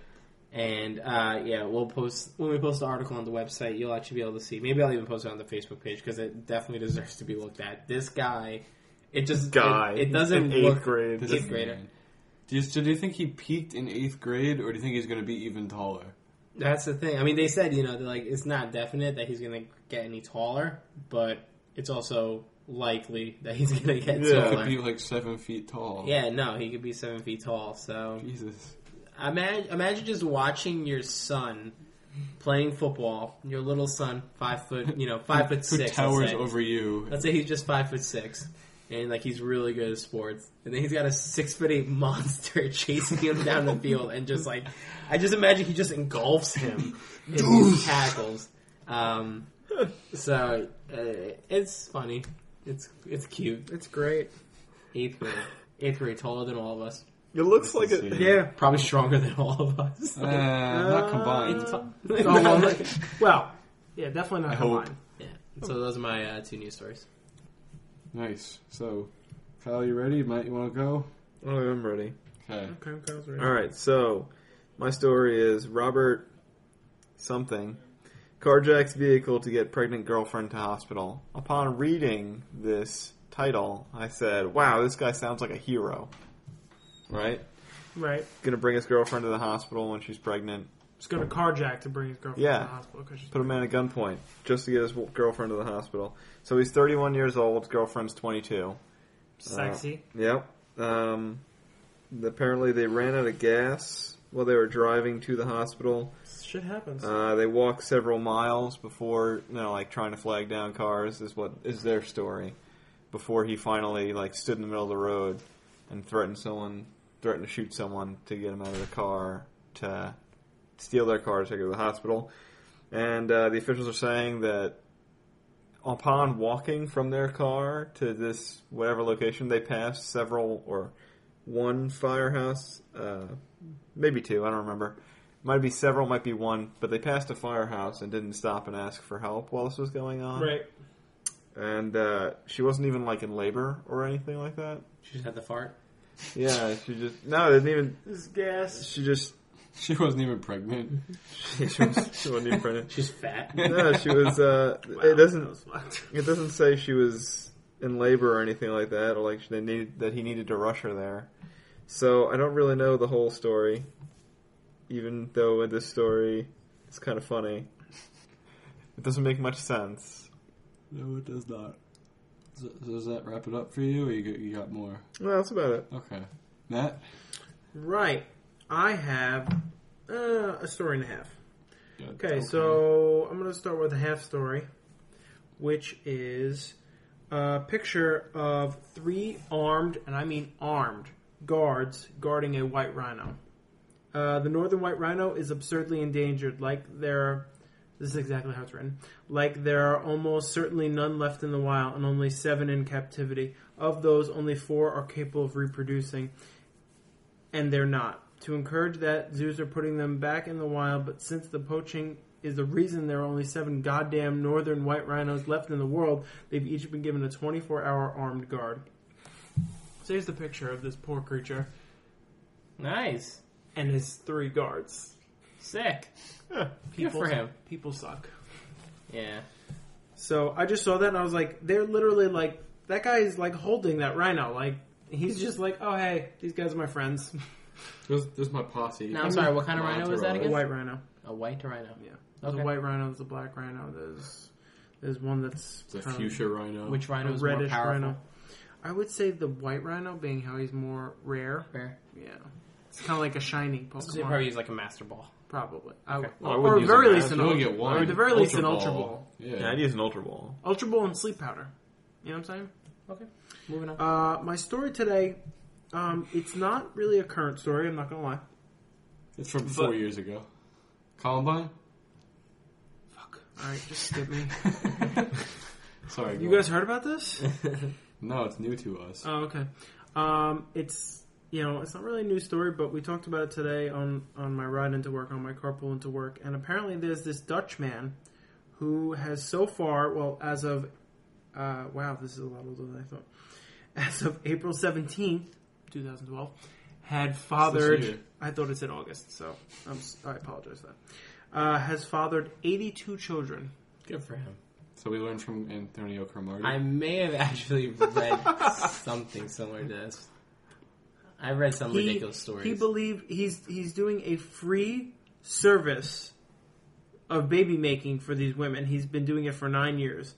Speaker 2: And uh, yeah, we'll post when we post the article on the website. You'll actually be able to see. Maybe I'll even post it on the Facebook page because it definitely deserves to be looked at. This guy, it just
Speaker 1: guy.
Speaker 2: It, it doesn't
Speaker 1: in eighth
Speaker 2: look
Speaker 1: grade.
Speaker 2: Eighth grader.
Speaker 3: Do you, so do you think he peaked in eighth grade, or do you think he's going to be even taller?
Speaker 2: That's the thing. I mean, they said you know they're like it's not definite that he's gonna get any taller, but it's also likely that he's gonna get
Speaker 1: Yeah.
Speaker 3: He
Speaker 2: taller.
Speaker 3: could be like seven feet tall.
Speaker 2: yeah, no, he could be seven feet tall. So
Speaker 3: Jesus.
Speaker 2: Imagine, imagine just watching your son playing football. Your little son, five foot, you know, five foot
Speaker 3: Who
Speaker 2: six.
Speaker 3: towers
Speaker 2: let's, say. Uh,
Speaker 3: over you?
Speaker 2: Let's say he's just five foot six, and like he's really good at sports. And then he's got a six foot eight monster chasing him down the field, and just like I just imagine he just engulfs him in these tackles. Um, so uh, it's funny. It's it's cute.
Speaker 4: It's great.
Speaker 2: Eighth grade, eighth grade, taller than all of us.
Speaker 1: It looks like a
Speaker 3: Let's see.
Speaker 4: Yeah.
Speaker 2: Probably stronger than all of us.
Speaker 3: Uh, not combined.
Speaker 4: Oh, well, look- well, yeah, definitely not
Speaker 3: I hope.
Speaker 4: mine.
Speaker 2: Yeah. So those are my uh, two news stories.
Speaker 3: Nice. So, Kyle, you ready? Matt, you want to go?
Speaker 1: Oh, I'm ready.
Speaker 3: Okay.
Speaker 4: Okay, Kyle's right.
Speaker 1: All right, so my story is Robert something carjacks vehicle to get pregnant girlfriend to hospital. Upon reading this title, I said, "Wow, this guy sounds like a hero." Right?
Speaker 4: Right.
Speaker 1: Going to bring his girlfriend to the hospital when she's pregnant.
Speaker 4: Just go to carjack to bring his girlfriend
Speaker 1: Yeah.
Speaker 4: to the hospital. 'cause she's-
Speaker 1: Put a man at gunpoint just to get his girlfriend to the hospital. So he's 31 years old. His girlfriend's 22.
Speaker 4: Sexy.
Speaker 1: Yep. Um, apparently, they ran out of gas while they were driving to the hospital.
Speaker 4: Shit happens.
Speaker 1: Uh, they walked several miles before, you know, like trying to flag down cars is what is their story. Before he finally like stood in the middle of the road and threatened someone, threatened to shoot someone to get him out of the car to steal their car to take it to the hospital. And uh, the officials are saying that upon walking from their car to this whatever location, they passed several or one firehouse, uh, maybe two, I don't remember. Might be several, might be one, but they passed a firehouse and didn't stop and ask for help while this was going on.
Speaker 4: right.
Speaker 1: And uh, she wasn't even like in labor or anything like that.
Speaker 2: She just had the fart.
Speaker 1: Yeah, she just no, didn't even.
Speaker 4: This is gas.
Speaker 1: She just
Speaker 3: She wasn't even pregnant.
Speaker 1: she, was, she wasn't even pregnant.
Speaker 2: She's fat.
Speaker 1: No, she was. Uh, it
Speaker 4: That
Speaker 1: doesn't.
Speaker 4: was fucked.
Speaker 1: It doesn't say she was in labor or anything like that, or like they needed that he needed to rush her there. So I don't really know the whole story, even though in this story it's kind of funny. It doesn't make much sense.
Speaker 3: No, it does not. So, so does that wrap it up for you, or you got, you got more?
Speaker 1: Well, that's about it.
Speaker 3: Okay. Matt?
Speaker 4: Right. I have uh, a story and a half.
Speaker 3: Good.
Speaker 4: Okay, so I'm going to start with a half story, which is a picture of three armed, and I mean armed, guards guarding a white rhino. Uh, the northern white rhino is absurdly endangered, like there. This is exactly how it's written. Like there are almost certainly none left in the wild, and only seven in captivity. Of those, only four are capable of reproducing, and they're not. To encourage that, zoos are putting them back in the wild, but since the poaching is the reason there are only seven goddamn northern white rhinos left in the world, they've each been given a 24 hour armed guard. So here's the picture of this poor creature
Speaker 2: Nice.
Speaker 4: and his three guards.
Speaker 2: Sick. Good
Speaker 4: People,
Speaker 2: for him.
Speaker 4: people suck.
Speaker 2: Yeah.
Speaker 4: So I just saw that and I was like, they're literally like, that guy is like holding that rhino. Like, he's just like, oh hey, these guys are my friends.
Speaker 3: There's, there's my posse.
Speaker 2: Now, I'm sorry, what kind of rhino is that
Speaker 4: A
Speaker 2: again?
Speaker 4: white rhino.
Speaker 2: A white rhino.
Speaker 4: Yeah. There's
Speaker 2: Okay.
Speaker 4: a white rhino, there's a black rhino, there's there's one that's
Speaker 3: It's a
Speaker 4: kind of
Speaker 3: fuchsia rhino.
Speaker 2: Which
Speaker 4: a
Speaker 2: rhino is more
Speaker 4: reddish
Speaker 2: powerful?
Speaker 4: rhino. I would say the white rhino being how he's more rare.
Speaker 2: Fair.
Speaker 4: Yeah. It's kind of like a shiny
Speaker 2: So they
Speaker 4: Pokemon.
Speaker 2: probably use like a master ball.
Speaker 4: probably. I
Speaker 2: Oh,
Speaker 4: would,
Speaker 1: Well, I
Speaker 4: or
Speaker 1: wouldn't
Speaker 4: at
Speaker 1: use
Speaker 4: very
Speaker 1: a
Speaker 4: least an
Speaker 3: You only
Speaker 4: ultra,
Speaker 3: get one.
Speaker 4: or at the very least an
Speaker 3: Ultra
Speaker 4: ultra
Speaker 3: Ball.
Speaker 4: ball.
Speaker 1: Yeah,
Speaker 3: Yeah.
Speaker 1: I'd use an ultra ball.
Speaker 4: Ultra ball and sleep powder. You know what I'm saying?
Speaker 2: Okay. Moving on.
Speaker 4: Uh, my story today, um, it's not really a current story. I'm not gonna lie.
Speaker 3: It's from four
Speaker 4: But-
Speaker 3: years ago. Columbine?
Speaker 4: Fuck. All right, just skip me.
Speaker 3: Sorry.
Speaker 4: you
Speaker 3: go
Speaker 4: guys heard about this?
Speaker 3: No, it's new to us.
Speaker 4: Oh, okay. Um, it's you know it's not really a news story, but we talked about it today on on my ride into work, on my carpool into work, and apparently there's this Dutch man who has so far, well, as of uh, wow, this is a lot older than I thought. As of April seventeenth, two thousand twelve, had
Speaker 3: year.
Speaker 4: fathered. I thought it's in August, so I'm, s- I apologize for that. Uh, has fathered 82 children.
Speaker 2: Good for him.
Speaker 3: so we learned from Antonio Cromartie.
Speaker 2: I may have actually read something similar to this. I read some ridiculous stories.
Speaker 4: He believed he's he's doing a free service of baby making for these women. He's been doing it for nine years.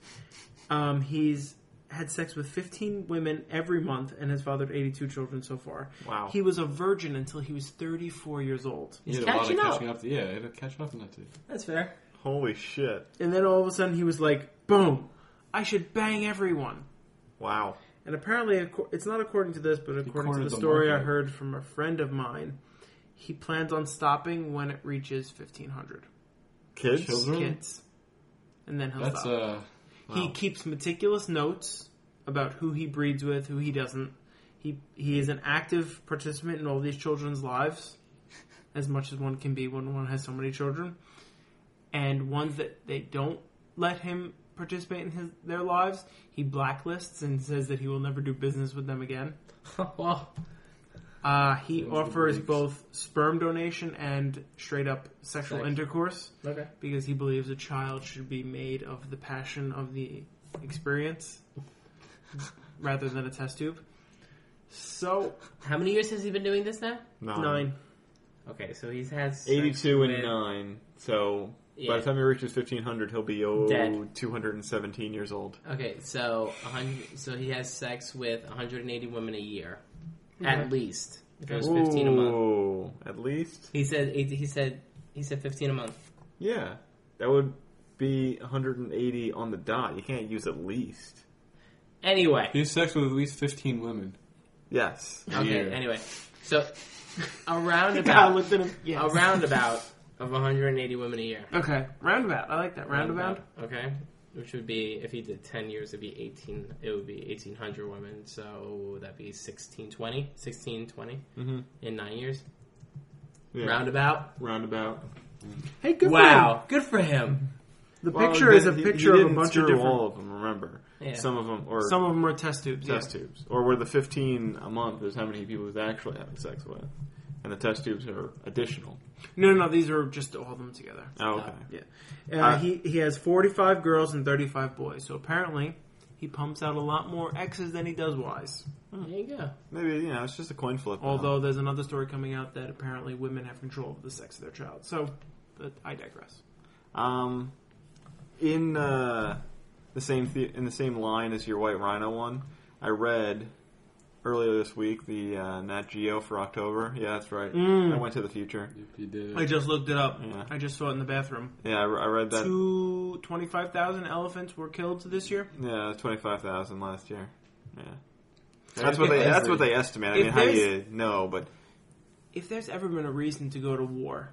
Speaker 4: Um, he's had sex with 15 women every month and has fathered 82 children so far.
Speaker 1: Wow.
Speaker 4: He was a virgin until he was 34 years old.
Speaker 3: He had
Speaker 2: He's
Speaker 3: a lot of
Speaker 2: catching up.
Speaker 3: catching up. To, yeah, he had a catching up in that too.
Speaker 2: That's fair.
Speaker 1: Holy shit!
Speaker 4: And then all of a sudden he was like, boom, I should bang everyone.
Speaker 1: Wow.
Speaker 4: And apparently, acco- it's not according to this, but according to
Speaker 3: cornered
Speaker 4: the
Speaker 3: the
Speaker 4: story I
Speaker 3: market.
Speaker 4: heard from a friend of mine, he plans on stopping when it reaches 1,500
Speaker 1: Kids.
Speaker 3: Children?
Speaker 4: kids. And then he'll
Speaker 3: That's
Speaker 4: stop.
Speaker 3: uh.
Speaker 4: He
Speaker 3: wow.
Speaker 4: keeps meticulous notes about who he breeds with, who he doesn't. He, he is an active participant in all these children's lives, as much as one can be when one has so many children. And ones that they don't let him participate in his, their lives, he blacklists and says that he will never do business with them again.
Speaker 2: well,
Speaker 4: Uh, he
Speaker 3: Those are the
Speaker 4: offers
Speaker 3: breaks.
Speaker 4: both sperm donation and straight up sexual
Speaker 2: Sex.
Speaker 4: intercourse
Speaker 2: okay.
Speaker 4: because he believes a child should be made of the passion of the experience rather than a test tube. So,
Speaker 2: How many years has he been doing this now?
Speaker 1: Nine.
Speaker 4: nine.
Speaker 2: Okay, so he's had sex
Speaker 1: 82 and
Speaker 2: with-
Speaker 1: 9. So by
Speaker 2: Yeah.
Speaker 1: the time he reaches 1500, he'll be oh,
Speaker 2: Dead.
Speaker 1: 217 years old.
Speaker 2: Okay, so 100, so he has sex with 180 women a year,
Speaker 4: Okay.
Speaker 2: at least. If it was 15 a month,
Speaker 1: Ooh, At least.
Speaker 2: he said eight- he said he said 15 a month.
Speaker 1: Yeah. That would be 180 on the dot. You can't use at least.
Speaker 2: Anyway,
Speaker 3: He has sex with at least fifteen women.
Speaker 1: Yes.
Speaker 2: okay,
Speaker 3: year.
Speaker 2: anyway, so around
Speaker 4: I
Speaker 2: about
Speaker 4: looked at him. Uh, Yes.
Speaker 2: a roundabout of 180 women a year.
Speaker 4: Okay, roundabout. I like that. Roundabout.
Speaker 2: Okay. Which would be if he did 10 years it'd be 18 it would be 1800 women. So that'd be 1620, 1620
Speaker 1: Mhm.
Speaker 2: in 9 years.
Speaker 1: Yeah.
Speaker 2: Roundabout.
Speaker 1: Roundabout.
Speaker 4: Hey, good wow.
Speaker 2: wow, good for him.
Speaker 4: The
Speaker 1: Well,
Speaker 4: picture
Speaker 1: he-
Speaker 4: is a
Speaker 1: he-
Speaker 4: picture
Speaker 1: he
Speaker 4: of a
Speaker 1: didn't
Speaker 4: bunch of
Speaker 1: screw
Speaker 4: different.
Speaker 1: all of them, remember.
Speaker 2: Yeah.
Speaker 1: Some of them, or
Speaker 4: Some of them are test tubes. yeah.
Speaker 1: test tubes. Or where the 15 a month is how many people he's actually having sex with. And the test tubes are additional.
Speaker 4: No, no, no, these are just all of them together.
Speaker 1: Oh, okay.
Speaker 4: Yeah. Uh,
Speaker 1: Uh,
Speaker 4: he, he has 45 girls and 35 boys, so apparently he pumps out a lot more X's than he does Y's.
Speaker 2: There you go.
Speaker 1: Maybe, you know, it's just a coin flip. though.
Speaker 4: Although there's another story coming out that apparently women have control of the sex of their child. So, but I digress.
Speaker 1: Um, in uh, the same the- in the same line as your White Rhino one, I read earlier this week the uh, Nat Geo for October. Yeah, that's right.
Speaker 4: Mm.
Speaker 1: I went to the future.
Speaker 3: If he did.
Speaker 4: I just looked it up.
Speaker 1: Yeah.
Speaker 4: I just saw it in the bathroom.
Speaker 1: Yeah, I, re- I read that.
Speaker 4: Two twenty-five thousand elephants were killed this year.
Speaker 1: Yeah, twenty five thousand last year. Yeah,
Speaker 3: I
Speaker 1: that's what they
Speaker 3: think
Speaker 1: that's what
Speaker 3: every-
Speaker 1: they estimate. I
Speaker 4: If
Speaker 1: mean, how do
Speaker 4: there's-
Speaker 1: you know? But
Speaker 4: If there's ever been a reason to go to war,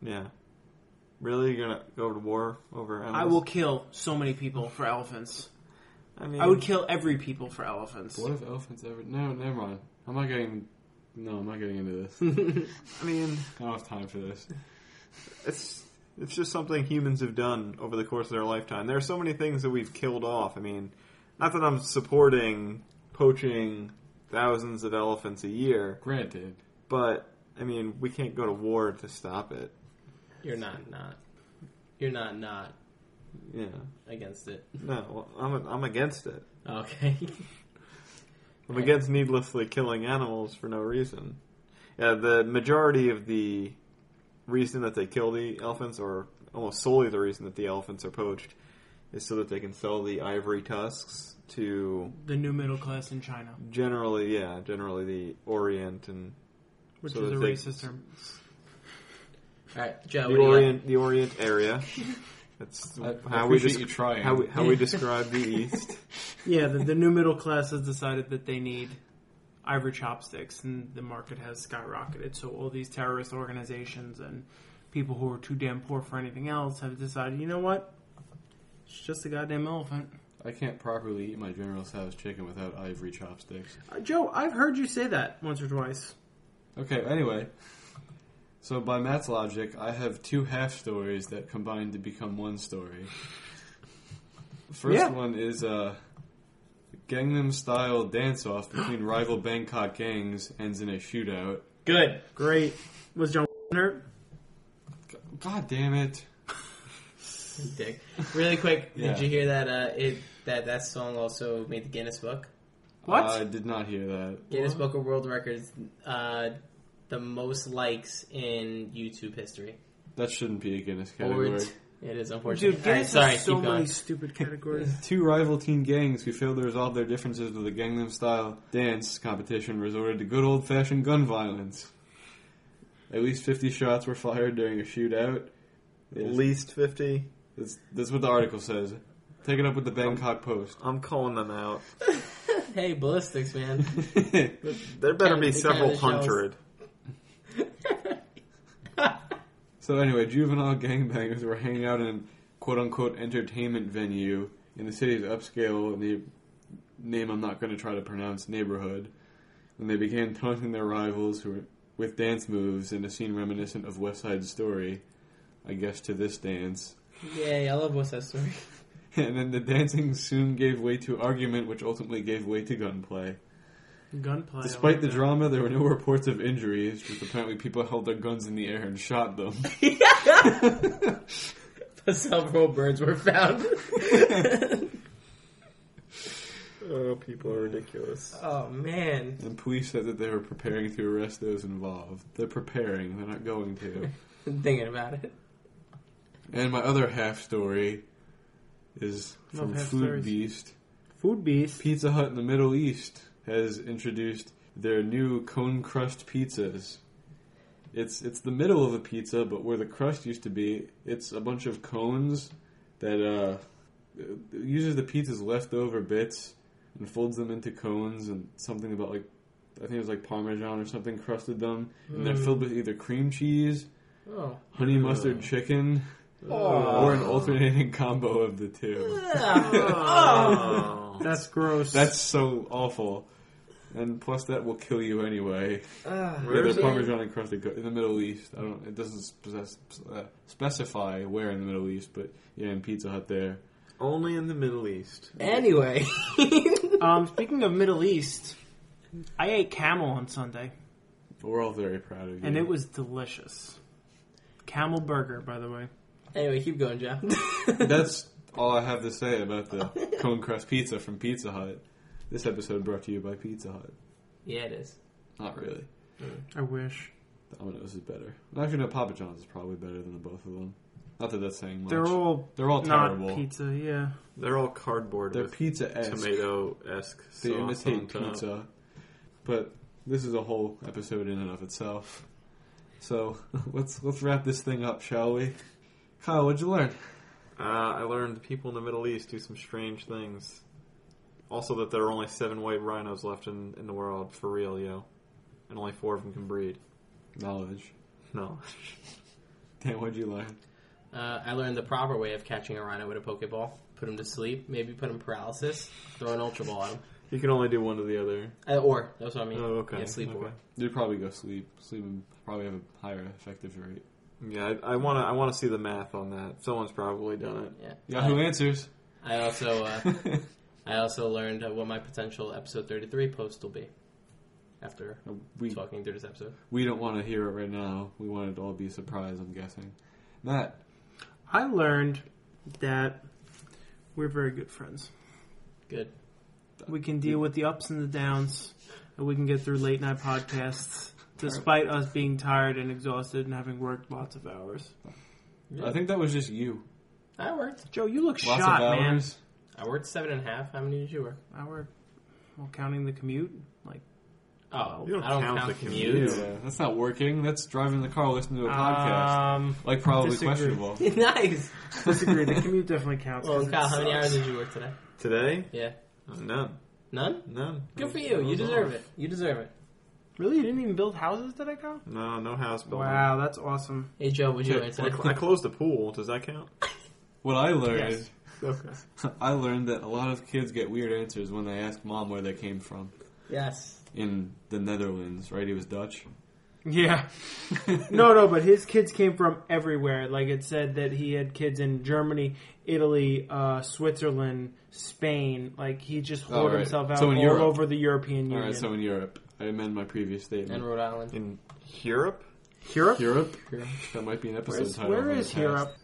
Speaker 1: yeah, really, you're gonna go to war over? Animals?
Speaker 4: I will kill so many people for elephants.
Speaker 1: I mean,
Speaker 4: I would kill every people for elephants.
Speaker 3: What if elephants ever? No, never mind. I'm not getting No, I'm not getting into this.
Speaker 1: I mean,
Speaker 3: I don't have time for this.
Speaker 1: it's it's just something humans have done over the course of their lifetime. There are so many things that we've killed off. I mean, not that I'm supporting poaching thousands of elephants a year,
Speaker 3: Granted,
Speaker 1: but I mean, we can't go to war to stop it.
Speaker 2: You're not not. You're not not
Speaker 1: Yeah,
Speaker 2: against it.
Speaker 1: no, I'm I'm against it.
Speaker 2: Okay.
Speaker 1: I'm
Speaker 2: Right.
Speaker 1: against needlessly killing animals for no reason. Yeah, the majority of the reason that they kill the elephants, or almost solely the reason that the elephants are poached, is so that they can sell the ivory tusks to
Speaker 4: The new middle class in China,
Speaker 1: generally, yeah, generally the Orient and
Speaker 4: which
Speaker 1: So
Speaker 4: is a
Speaker 1: they-
Speaker 4: racist term.
Speaker 2: All right,
Speaker 1: the
Speaker 2: Joe. what do you got?
Speaker 1: Orient, the Orient area. That's
Speaker 3: I, I
Speaker 1: how we desc-
Speaker 3: appreciate you trying.
Speaker 1: how we, how we describe the East.
Speaker 4: Yeah, the, the new middle class has decided that they need ivory chopsticks, and the market has skyrocketed. So all these terrorist organizations and people who are too damn poor for anything else have decided, you know what? It's just a goddamn elephant.
Speaker 3: I can't properly eat my General Tso's chicken without ivory chopsticks.
Speaker 4: Uh, Joe, I've heard you say that once or twice.
Speaker 3: Okay, anyway. So by Matt's logic, I have two half stories that combine to become one story. First
Speaker 4: Yeah.
Speaker 3: one is a Gangnam style dance off between rival Bangkok gangs ends in a shootout.
Speaker 2: Good.
Speaker 4: Great. Was John hurt?
Speaker 3: God damn it.
Speaker 2: Dick. Really quick,
Speaker 3: Yeah.
Speaker 2: did you hear that? Uh, it that that song also made the Guinness Book.
Speaker 4: What?
Speaker 2: Uh,
Speaker 3: I did not hear that.
Speaker 2: Guinness
Speaker 4: What?
Speaker 2: Book of World Records. Uh, the most likes in YouTube history.
Speaker 3: That shouldn't be a Guinness
Speaker 2: Or
Speaker 3: category.
Speaker 2: it's- It is
Speaker 4: Dude,
Speaker 2: unfortunate. All right,
Speaker 4: there's
Speaker 2: sorry,
Speaker 4: so
Speaker 2: keep
Speaker 4: many
Speaker 2: going.
Speaker 4: stupid categories.
Speaker 3: Two rival teen gangs who failed to resolve their differences with a Gangnam style dance competition resorted to good old fashioned gun violence. At least 50 shots were fired during a shootout.
Speaker 1: At
Speaker 3: Yes.
Speaker 1: least fifty.
Speaker 3: That's, that's what the article says. Take it up with the Bangkok Post.
Speaker 1: I'm calling them out.
Speaker 2: Hey, ballistics, man.
Speaker 1: There better be
Speaker 2: Kinda-
Speaker 1: several
Speaker 2: kinda shows.
Speaker 1: hundred.
Speaker 3: so, anyway, juvenile gangbangers were hanging out in a quote unquote entertainment venue in the city's upscale, na- name I'm not going to try to pronounce, neighborhood, when they began taunting their rivals who were, with dance moves in a scene reminiscent of West Side Story, I guess to this dance.
Speaker 2: Yay! I love West Side Story.
Speaker 3: And then the dancing soon gave way to argument, which ultimately gave way to gunplay.
Speaker 4: Gunplay. I
Speaker 3: Despite
Speaker 4: like
Speaker 3: the
Speaker 4: that.
Speaker 3: drama, there were no reports of injuries, just apparently people held their guns in the air and shot them.
Speaker 2: But several birds were found.
Speaker 1: Oh, people are ridiculous.
Speaker 2: oh man.
Speaker 3: And police said that they were preparing to arrest those involved. They're preparing, they're not going to.
Speaker 2: Thinking about it.
Speaker 3: And my other half story is
Speaker 4: Love
Speaker 3: from
Speaker 4: half
Speaker 3: Food
Speaker 4: stories.
Speaker 3: Beast.
Speaker 4: Food Beast.
Speaker 3: Pizza Hut in the Middle East has introduced their new cone crust pizzas. It's it's the middle of a pizza, but where the crust used to be, it's a bunch of cones that uh, uses the pizza's leftover bits and folds them into cones and something about like I think it was like parmesan or something crusted them, and they're
Speaker 2: Mm.
Speaker 3: filled with either cream cheese,
Speaker 2: Oh.
Speaker 3: honey mustard chicken, or an alternating combo of the two.
Speaker 1: Oh.
Speaker 4: That's gross.
Speaker 3: That's so awful. And plus, that will kill you anyway.
Speaker 1: Where
Speaker 3: Yeah,
Speaker 1: is
Speaker 3: they're
Speaker 1: it?
Speaker 3: Parmesan encrusted go- in the Middle East. I don't. It doesn't possess, uh, specify where in the Middle East, but yeah, in Pizza Hut there.
Speaker 1: Only in the Middle East.
Speaker 2: Anyway.
Speaker 4: Um, speaking of Middle East, I ate camel on Sunday,
Speaker 3: We're all very proud of you.
Speaker 4: and it was delicious. Camel burger, by the way.
Speaker 2: anyway, keep going, Joe.
Speaker 3: That's all I have to say about the cone crust pizza from Pizza Hut. This episode brought to you by Pizza Hut.
Speaker 2: yeah, it is.
Speaker 3: Not really.
Speaker 4: I wish
Speaker 3: Domino's is better. Actually, no. Papa John's is probably better than the both of them. Not that that's saying much.
Speaker 4: they're all
Speaker 3: They're all
Speaker 4: not
Speaker 3: terrible.
Speaker 4: pizza. Yeah,
Speaker 1: They're all cardboard
Speaker 3: They're
Speaker 1: with
Speaker 3: pizza esque.
Speaker 1: tomato esque
Speaker 3: They
Speaker 1: sauce on
Speaker 3: imitate
Speaker 1: top.
Speaker 3: pizza, but this is a whole episode in and of itself. So let's let's wrap this thing up, shall we? Kyle, what'd you learn?
Speaker 1: Uh, I learned people in the Middle East do some strange things. Also, that there are only seven white rhinos left in, in the world for real, yo, and only four of them can breed.
Speaker 3: Knowledge.
Speaker 1: No,
Speaker 3: Dan, what'd you learn?
Speaker 2: Uh, I learned the proper way of catching a rhino with a pokeball. Put him to sleep. Maybe put him paralysis. Throw an ultra ball at him.
Speaker 1: You can only do one or the other.
Speaker 2: Uh, or that's what I mean.
Speaker 1: Oh, okay.
Speaker 2: Yeah, sleep
Speaker 1: okay.
Speaker 2: or.
Speaker 3: You'd probably go sleep. Sleep would probably have a higher effective rate.
Speaker 1: Yeah, I want to. I want to see the math on that. Someone's probably done it.
Speaker 2: Yeah.
Speaker 3: Yahoo
Speaker 2: I,
Speaker 3: Answers.
Speaker 2: I also uh, I also learned uh, what my potential episode thirty three post will be after
Speaker 3: we
Speaker 2: talking through this episode.
Speaker 3: we don't want to hear it right now. We want it to all be a surprise. I'm guessing. Matt,
Speaker 4: I learned that we're very good friends.
Speaker 2: Good.
Speaker 4: We can deal with the ups and the downs, and we can get through late night podcasts despite us being tired and exhausted and having worked lots of hours.
Speaker 2: Yeah.
Speaker 3: I think that was just you.
Speaker 2: I worked.
Speaker 4: Joe, you look
Speaker 3: Lots
Speaker 4: shot,
Speaker 3: of
Speaker 4: man.
Speaker 3: hours.
Speaker 2: I worked seven and a half. How many did you work?
Speaker 4: Hour, well, counting the commute, like
Speaker 2: Oh,
Speaker 1: You don't
Speaker 2: I don't
Speaker 1: count
Speaker 2: count,
Speaker 1: the
Speaker 2: commutes.
Speaker 3: Yeah, that's not working. That's driving the car, listening to a podcast.
Speaker 4: um,
Speaker 3: Like probably
Speaker 4: Uh, disagree.
Speaker 3: questionable.
Speaker 2: nice.
Speaker 4: disagree. The commute definitely counts.
Speaker 2: Well,
Speaker 4: 'cause it
Speaker 2: Kyle, how many
Speaker 4: sucks.
Speaker 2: hours did you work today?
Speaker 1: Today,
Speaker 2: Yeah,
Speaker 1: Uh, none,
Speaker 2: none.
Speaker 1: none.
Speaker 2: Good for you. You deserve it. You deserve it.
Speaker 4: Really, you didn't even build houses, did I, Kyle?
Speaker 1: No, no house building.
Speaker 4: Wow, that's awesome.
Speaker 2: Hey Joe, would you
Speaker 1: Okay,
Speaker 2: learn
Speaker 1: I
Speaker 2: today?
Speaker 1: cl- I closed the pool. Does that count?
Speaker 3: What I learned.
Speaker 4: Yes.
Speaker 1: Okay.
Speaker 3: I learned that a lot of kids get weird answers when they ask mom where they came from.
Speaker 2: Yes.
Speaker 3: In the Netherlands, right? He was Dutch.
Speaker 4: Yeah. no, no, but his kids came from everywhere. Like it said that he had kids in Germany, Italy, uh, Switzerland, Spain. Like he just
Speaker 3: Oh,
Speaker 4: hoarded
Speaker 3: right.
Speaker 4: himself out
Speaker 3: So in
Speaker 4: all
Speaker 3: Europe.
Speaker 4: over the European
Speaker 3: All
Speaker 4: Union.
Speaker 3: right, so in Europe, I amend my previous
Speaker 2: And
Speaker 3: statement.
Speaker 2: Rhode Island.
Speaker 1: In Europe,
Speaker 4: Europe?
Speaker 3: Europe.
Speaker 2: Europe.
Speaker 3: That might be an episode
Speaker 4: Where's,
Speaker 3: title.
Speaker 4: where
Speaker 3: from the
Speaker 4: is
Speaker 3: past.
Speaker 4: Europe?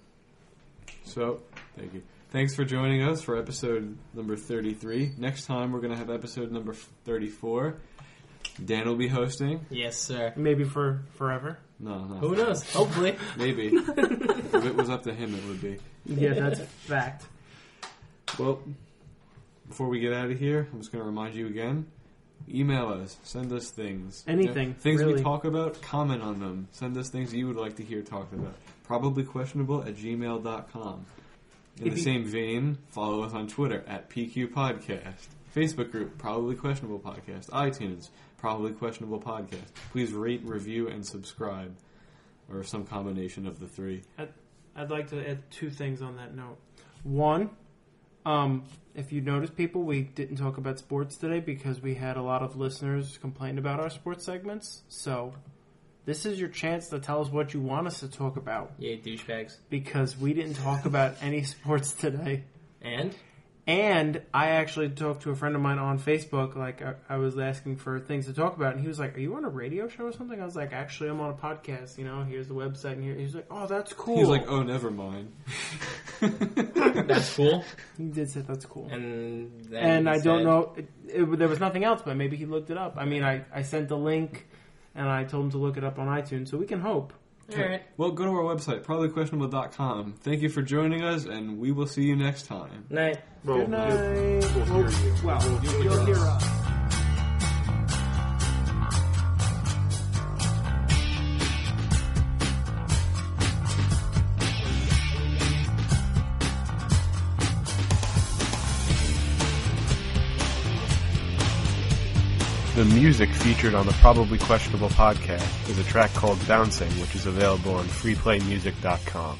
Speaker 3: So, thank you. Thanks for joining us for episode number 33. Next time, we're going to have episode number 34. Dan will be hosting.
Speaker 2: Yes, sir.
Speaker 4: Maybe for forever.
Speaker 3: No, no.
Speaker 2: Who knows? Hopefully.
Speaker 3: Maybe. if it was up to him, it would be.
Speaker 4: Yeah, that's a fact.
Speaker 3: Well, before we get out of here, I'm just going to remind you again. Email us. Send us things.
Speaker 4: Anything,
Speaker 3: Yeah, Things we
Speaker 4: really.
Speaker 3: talk about, comment on them. Send us things you would like to hear talked about. Probably questionable at gmail.com. In
Speaker 4: If
Speaker 3: the
Speaker 4: you-
Speaker 3: same vein, follow us on Twitter at PQ Podcast. Facebook group, Probably Questionable Podcast. iTunes, Probably Questionable Podcast. Please rate, review, and subscribe. Or some combination of the three.
Speaker 4: I'd like to add two things on that note. One, um, if you notice, people, we didn't talk about sports today because we had a lot of listeners complain about our sports segments. So this is your chance to tell us what you want us to talk about
Speaker 2: yeah, douchebags.
Speaker 4: because we didn't talk about any sports today.
Speaker 2: And
Speaker 4: And I actually talked to a friend of mine on Facebook. Like I, I was asking for things to talk about, and he was like, "Are you on a radio show or something?" I was like, "Actually, I'm on a podcast. You know, here's the website." And here he was like, "Oh, that's cool."
Speaker 3: He's like, oh, never mind.
Speaker 2: that's cool.
Speaker 4: He did say that's cool.
Speaker 2: And then
Speaker 4: and
Speaker 2: he
Speaker 4: I don't
Speaker 2: said-
Speaker 4: know. It, it, there was nothing else, but maybe he looked it up. I mean, I, I sent the link, and I told him to look it up on iTunes, so we can hope.
Speaker 2: All right.
Speaker 3: Well, go to our website, probablyquestionable.com. Thank you for joining us, and we will see you next time.
Speaker 2: Night.
Speaker 1: well,
Speaker 4: Good night.
Speaker 1: we'll hear you.
Speaker 4: Well,
Speaker 1: We'll
Speaker 4: you
Speaker 1: hear
Speaker 4: you'll hear
Speaker 1: us.
Speaker 4: us.
Speaker 5: The music featured on the Probably Questionable podcast is a track called Bouncing, which is available on freeplaymusic.com.